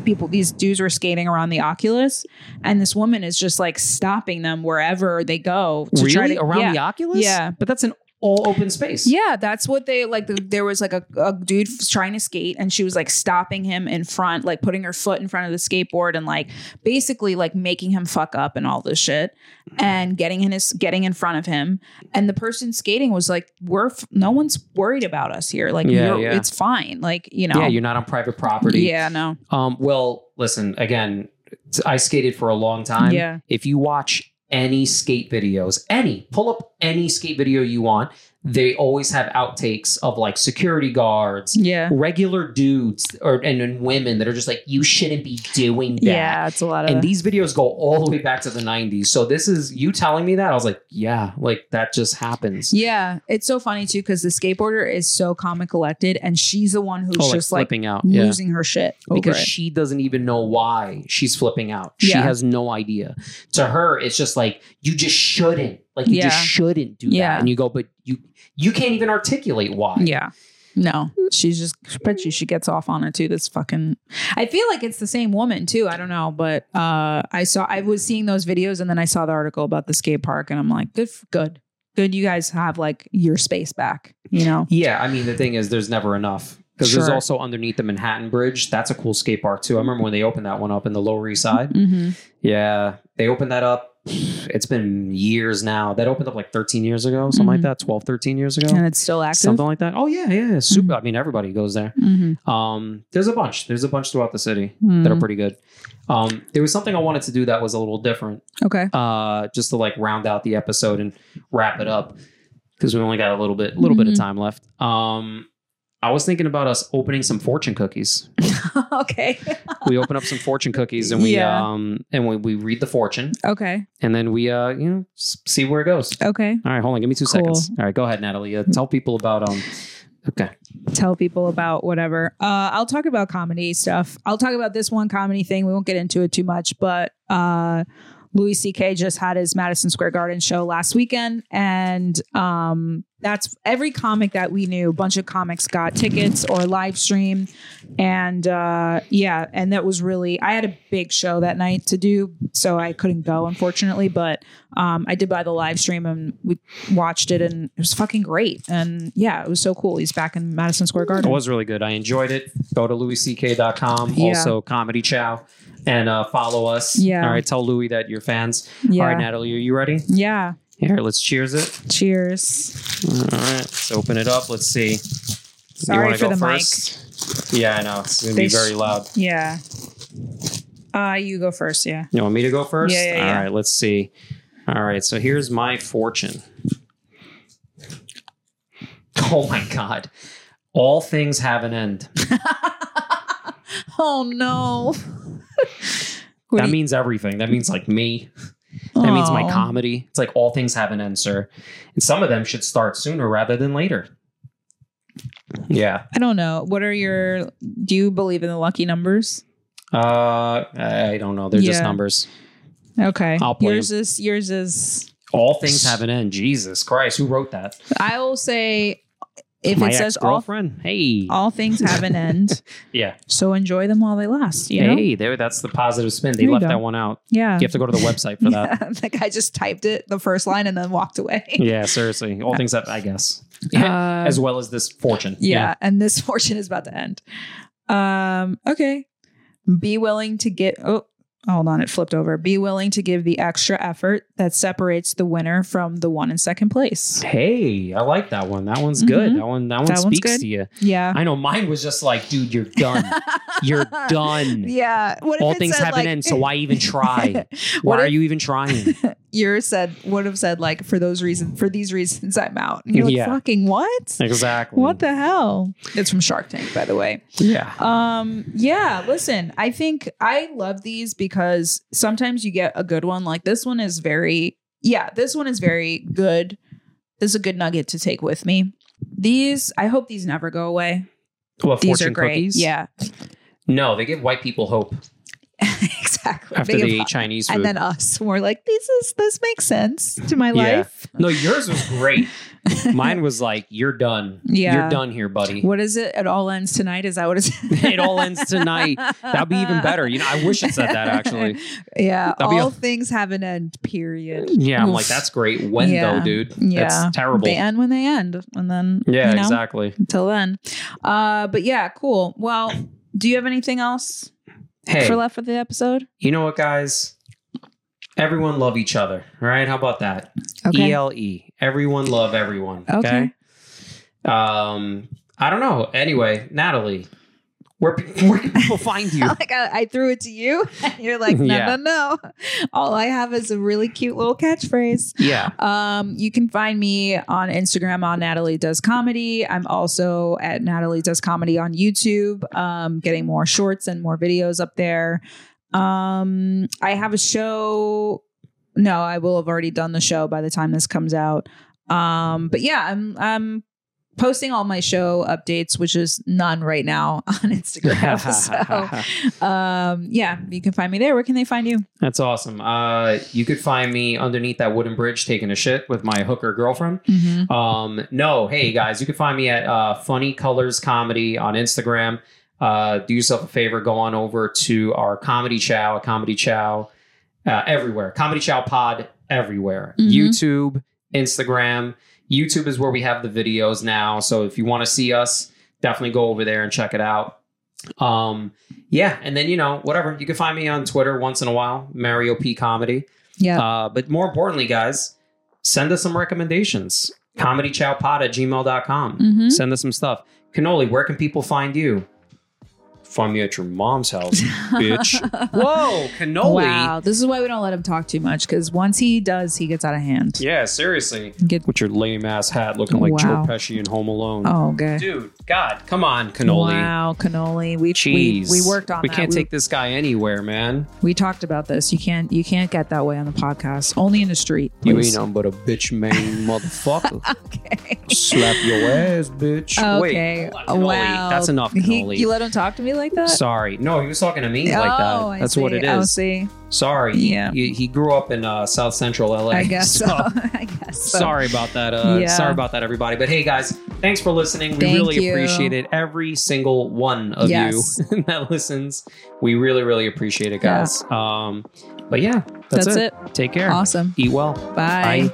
[SPEAKER 2] people. These dudes were skating around the Oculus, and this woman is just like stopping them wherever they go to try
[SPEAKER 1] Really?
[SPEAKER 2] to
[SPEAKER 1] Around
[SPEAKER 2] yeah.
[SPEAKER 1] the Oculus?
[SPEAKER 2] Yeah.
[SPEAKER 1] But that's an all open space.
[SPEAKER 2] Yeah, that's what they like. The, there was like a, a dude f- trying to skate, and she was like stopping him in front, like putting her foot in front of the skateboard, and like basically like making him fuck up and all this shit, and getting in his getting in front of him. And the person skating was like, "We're f- no one's worried about us here. Like,
[SPEAKER 1] Yeah,
[SPEAKER 2] you're,
[SPEAKER 1] yeah.
[SPEAKER 2] it's fine. Like, you know,
[SPEAKER 1] Yeah, you're not on private property.
[SPEAKER 2] yeah, no,
[SPEAKER 1] Um, well, listen, again, t- I skated for a long time.
[SPEAKER 2] Yeah.
[SPEAKER 1] If you watch any skate videos, any, pull up any skate video you want, they always have outtakes of like security guards,
[SPEAKER 2] yeah,
[SPEAKER 1] regular dudes, or and, and women that are just like, you shouldn't be doing that.
[SPEAKER 2] yeah. It's a lot of
[SPEAKER 1] And these videos go all the way back to the 90s. So this is you telling me that. I was like, yeah, like that just happens.
[SPEAKER 2] yeah. It's so funny too because the skateboarder is so calm and collected, and she's the one who's
[SPEAKER 1] Oh,
[SPEAKER 2] just like.
[SPEAKER 1] flipping out. Yeah. Oh,
[SPEAKER 2] Losing her shit over
[SPEAKER 1] because
[SPEAKER 2] it.
[SPEAKER 1] she doesn't even know why she's flipping out. She
[SPEAKER 2] Yeah.
[SPEAKER 1] has no idea. To her, it's just like you just shouldn't, like you
[SPEAKER 2] Yeah.
[SPEAKER 1] just shouldn't do
[SPEAKER 2] Yeah.
[SPEAKER 1] that. And you go, but you you can't even articulate why.
[SPEAKER 2] Yeah. No, she's just, but she, she gets off on it too. This fucking, I feel like it's the same woman too. I don't know, but uh, I saw, I was seeing those videos and then I saw the article about the skate park and I'm like, good, f- good, good. You guys have like your space back, you know?
[SPEAKER 1] Yeah, I mean the thing is, there's never enough because there's
[SPEAKER 2] Sure.
[SPEAKER 1] also underneath the Manhattan Bridge. That's a cool skate park too. I remember when they opened that one up in the Lower East Side.
[SPEAKER 2] Mm-hmm.
[SPEAKER 1] Yeah, they opened that up. It's been years now. That opened up like 13 years ago, something like
[SPEAKER 2] Mhm.
[SPEAKER 1] that, 12, 13 years ago.
[SPEAKER 2] And it's still active. Mm-hmm.
[SPEAKER 1] Something like that. Oh yeah, yeah. Super. I mean, everybody goes there.
[SPEAKER 2] Mhm.
[SPEAKER 1] Um, there's a bunch. There's a bunch throughout the city that are
[SPEAKER 2] Mm.
[SPEAKER 1] pretty good. Um, there was something I wanted to do that was a little different,
[SPEAKER 2] Okay.
[SPEAKER 1] uh, just to like round out the episode and wrap it up because we only got a little bit, little bit of
[SPEAKER 2] Mhm.
[SPEAKER 1] time left. Um, I was thinking about us opening some fortune cookies.
[SPEAKER 2] okay.
[SPEAKER 1] We open up some fortune cookies and we
[SPEAKER 2] Yeah.
[SPEAKER 1] um and we, we read the fortune
[SPEAKER 2] Okay.
[SPEAKER 1] and then we uh you know s- see where it goes.
[SPEAKER 2] Okay.
[SPEAKER 1] All right, hold on, give me two
[SPEAKER 2] Cool.
[SPEAKER 1] seconds. All right, go ahead, Natalie. Uh, tell people about um. Okay.
[SPEAKER 2] tell people about whatever. Uh, I'll talk about comedy stuff. I'll talk about this one comedy thing. We won't get into it too much, but uh, Louis C.K. just had his Madison Square Garden show last weekend, and um, that's every comic that we knew. A bunch of comics got tickets or live stream, and uh, yeah, and that was really. I had a big show that night to do, so I couldn't go unfortunately, but um, I did buy the live stream and we watched it, and it was fucking great. And yeah, it was so cool. He's back in Madison Square
[SPEAKER 1] It
[SPEAKER 2] Garden.
[SPEAKER 1] was really good. I enjoyed it. Go to louisck.com.
[SPEAKER 2] Yeah.
[SPEAKER 1] Also, Comedy Chow. And uh, follow us.
[SPEAKER 2] Yeah.
[SPEAKER 1] All right. Tell Louis that you're fans.
[SPEAKER 2] Yeah.
[SPEAKER 1] All right, Natalie, are you ready?
[SPEAKER 2] Yeah.
[SPEAKER 1] Here, let's cheers it.
[SPEAKER 2] Cheers.
[SPEAKER 1] All right. Let's open it up. Let's see.
[SPEAKER 2] Sorry
[SPEAKER 1] wanna
[SPEAKER 2] for the
[SPEAKER 1] first? Yeah, I know. It's going to
[SPEAKER 2] They
[SPEAKER 1] be
[SPEAKER 2] sh-
[SPEAKER 1] very loud.
[SPEAKER 2] mic. Yeah. Uh, you go first. Yeah.
[SPEAKER 1] You want me to go first?
[SPEAKER 2] Yeah, yeah,
[SPEAKER 1] All
[SPEAKER 2] yeah.
[SPEAKER 1] right. Let's see. All right. So here's my fortune. Oh, my God. All things have an end.
[SPEAKER 2] Oh no. What
[SPEAKER 1] that
[SPEAKER 2] do you-
[SPEAKER 1] means everything. That means like me. That means my
[SPEAKER 2] Aw.
[SPEAKER 1] comedy. It's like all things have an end, sir. And some of them should start sooner rather than later. Yeah.
[SPEAKER 2] I don't know. What are your? Do you believe in the lucky numbers?
[SPEAKER 1] Uh I don't know. They're just
[SPEAKER 2] Yeah.
[SPEAKER 1] numbers.
[SPEAKER 2] Okay.
[SPEAKER 1] I'll play
[SPEAKER 2] yours is yours is.
[SPEAKER 1] All things have an end. Jesus Christ. Who wrote that?
[SPEAKER 2] I will say, if
[SPEAKER 1] My
[SPEAKER 2] it says all
[SPEAKER 1] girlfriend. Hey.
[SPEAKER 2] all things have an end,
[SPEAKER 1] yeah.
[SPEAKER 2] so enjoy them while they last. You know?
[SPEAKER 1] Hey, there that's the positive spin. They
[SPEAKER 2] There you
[SPEAKER 1] left
[SPEAKER 2] go.
[SPEAKER 1] that one out.
[SPEAKER 2] Yeah.
[SPEAKER 1] You have to go to the website for that.
[SPEAKER 2] Yeah, the guy just typed it the first line and then walked away.
[SPEAKER 1] Yeah, seriously. All things have I guess.
[SPEAKER 2] Uh,
[SPEAKER 1] As well as this fortune.
[SPEAKER 2] yeah, and this fortune is about to end. Um, okay. Be willing to get oh hold on, it flipped over. Be willing to give the extra effort that separates the winner from the one in second place.
[SPEAKER 1] Hey, I like that one. That one's good.
[SPEAKER 2] Mhm.
[SPEAKER 1] That one that one
[SPEAKER 2] That one's
[SPEAKER 1] speaks
[SPEAKER 2] good.
[SPEAKER 1] to you.
[SPEAKER 2] Yeah.
[SPEAKER 1] I know mine was just like, dude, you're done. You're done.
[SPEAKER 2] Yeah. What if
[SPEAKER 1] All
[SPEAKER 2] it
[SPEAKER 1] things
[SPEAKER 2] said,
[SPEAKER 1] have
[SPEAKER 2] like-
[SPEAKER 1] an end, so why even try? why
[SPEAKER 2] What
[SPEAKER 1] are
[SPEAKER 2] if-
[SPEAKER 1] you even trying?
[SPEAKER 2] Your said would have said like for those reasons for these reasons I'm out. And you're like
[SPEAKER 1] Yeah.
[SPEAKER 2] fucking what?
[SPEAKER 1] exactly.
[SPEAKER 2] What the hell? It's from Shark Tank, by the way.
[SPEAKER 1] Yeah.
[SPEAKER 2] Um, yeah, listen, I think I love these because sometimes you get a good one. Like this one is very, yeah, this one is very good This is a good nugget to take with me. These, I hope these never go away.
[SPEAKER 1] Well,
[SPEAKER 2] These
[SPEAKER 1] fortune
[SPEAKER 2] are great.
[SPEAKER 1] cookies.
[SPEAKER 2] Yeah,
[SPEAKER 1] No, they give white people hope
[SPEAKER 2] exactly.
[SPEAKER 1] after
[SPEAKER 2] Big
[SPEAKER 1] they
[SPEAKER 2] of-
[SPEAKER 1] eat Chinese food.
[SPEAKER 2] and then us, we're like, this is this makes sense to my
[SPEAKER 1] Yeah.
[SPEAKER 2] life.
[SPEAKER 1] no, yours was great. Mine was like, "You're done.
[SPEAKER 2] Yeah.
[SPEAKER 1] You're done here, buddy."
[SPEAKER 2] What is it? It all ends tonight. Is that what it's?
[SPEAKER 1] It all ends tonight. That'd be even better. You know, I wish it said that actually.
[SPEAKER 2] Yeah,
[SPEAKER 1] That'd be
[SPEAKER 2] all
[SPEAKER 1] a-
[SPEAKER 2] things have an end. Period.
[SPEAKER 1] Yeah, I'm like,
[SPEAKER 2] Oof.
[SPEAKER 1] that's great. When
[SPEAKER 2] Yeah.
[SPEAKER 1] though, dude?
[SPEAKER 2] Yeah.
[SPEAKER 1] That's terrible.
[SPEAKER 2] They end when they end, and then
[SPEAKER 1] yeah,
[SPEAKER 2] you know,
[SPEAKER 1] exactly.
[SPEAKER 2] Until then, uh, but yeah, cool. Well, do you have anything else
[SPEAKER 1] Hey,
[SPEAKER 2] for left for the episode?
[SPEAKER 1] you know what, guys? Everyone love each other, all right? How about that? ELE. Everyone love everyone. Okay. Um, I don't know. Anyway, Natalie, where, pe- where can people find you?
[SPEAKER 2] like I, I threw it to you, and you're like, no,
[SPEAKER 1] Yeah.
[SPEAKER 2] no, no. All I have is a really cute little catchphrase.
[SPEAKER 1] Yeah.
[SPEAKER 2] Um, you can find me on Instagram on Natalie Does Comedy. I'm also at Natalie Does Comedy on YouTube, um, getting more shorts and more videos up there. Um, I have a show. No, I will have already done the show by the time this comes out. Um, but yeah, I'm I'm posting all my show updates, which is none right now on Instagram. so um yeah, you can find me there. Where can they find you?
[SPEAKER 1] That's awesome. Uh, you could find me underneath that wooden bridge taking a shit with my hooker girlfriend. Um, no, hey guys, you can find me at uh, Funny Colors Comedy on Instagram. Uh, do yourself a favor, go on over to our Comedy Chow, Comedy Chow, uh, everywhere, Comedy Chow Pod everywhere,
[SPEAKER 2] Mhm.
[SPEAKER 1] YouTube, Instagram. YouTube is where we have the videos now, so if you want to see us, definitely go over there and check it out. Um, yeah, and then you know whatever you can find me on Twitter once in a while, Mario P Comedy.
[SPEAKER 2] Yeah.
[SPEAKER 1] Uh, but more importantly, guys, send us some recommendations. ComedyChowPod at gmail.com.
[SPEAKER 2] Mhm.
[SPEAKER 1] Send us some stuff. Cannoli, where can people find you? Find me at your mom's house, bitch. Whoa, Cannoli.
[SPEAKER 2] Wow, this is why we don't let him talk too much because once he does, he gets out of hand.
[SPEAKER 1] Yeah, seriously.
[SPEAKER 2] Get
[SPEAKER 1] With your lame ass hat looking like
[SPEAKER 2] Wow.
[SPEAKER 1] Joe Pesci in Home Alone.
[SPEAKER 2] oh, okay.
[SPEAKER 1] Dude, God, come on, Cannoli.
[SPEAKER 2] Wow, cannoli. We, we
[SPEAKER 1] Jeez.
[SPEAKER 2] we worked on
[SPEAKER 1] We
[SPEAKER 2] that.
[SPEAKER 1] can't take this guy anywhere, man.
[SPEAKER 2] We talked about this. You can't you can't get that way on the podcast. Only in the street.
[SPEAKER 1] You
[SPEAKER 2] please.
[SPEAKER 1] ain't nothing but a bitch main motherfucker.
[SPEAKER 2] Okay.
[SPEAKER 1] Slap your ass, bitch.
[SPEAKER 2] Okay.
[SPEAKER 1] Wait, hold on, Cannoli.
[SPEAKER 2] Wow.
[SPEAKER 1] That's enough,
[SPEAKER 2] He-
[SPEAKER 1] Cannoli.
[SPEAKER 2] you let him talk to me like that?
[SPEAKER 1] Sorry. No, he was talking to me like that.
[SPEAKER 2] Oh, I
[SPEAKER 1] That's what
[SPEAKER 2] see.
[SPEAKER 1] it
[SPEAKER 2] Oh,
[SPEAKER 1] is.
[SPEAKER 2] see.
[SPEAKER 1] Sorry. He-
[SPEAKER 2] Yeah.
[SPEAKER 1] He, he grew up in uh, South Central LA.
[SPEAKER 2] I guess so.
[SPEAKER 1] so-
[SPEAKER 2] I guess so.
[SPEAKER 1] Sorry about that. Uh,
[SPEAKER 2] Yeah.
[SPEAKER 1] Sorry about that, everybody. But hey, guys, thanks for listening. We
[SPEAKER 2] Thank
[SPEAKER 1] really
[SPEAKER 2] you.
[SPEAKER 1] appreciate it. Every single one of
[SPEAKER 2] Yes.
[SPEAKER 1] you that listens, we really, really appreciate it,
[SPEAKER 2] Yeah.
[SPEAKER 1] guys. Um, but yeah, that's,
[SPEAKER 2] That's
[SPEAKER 1] Take care.
[SPEAKER 2] Awesome.
[SPEAKER 1] Eat well.
[SPEAKER 2] Bye.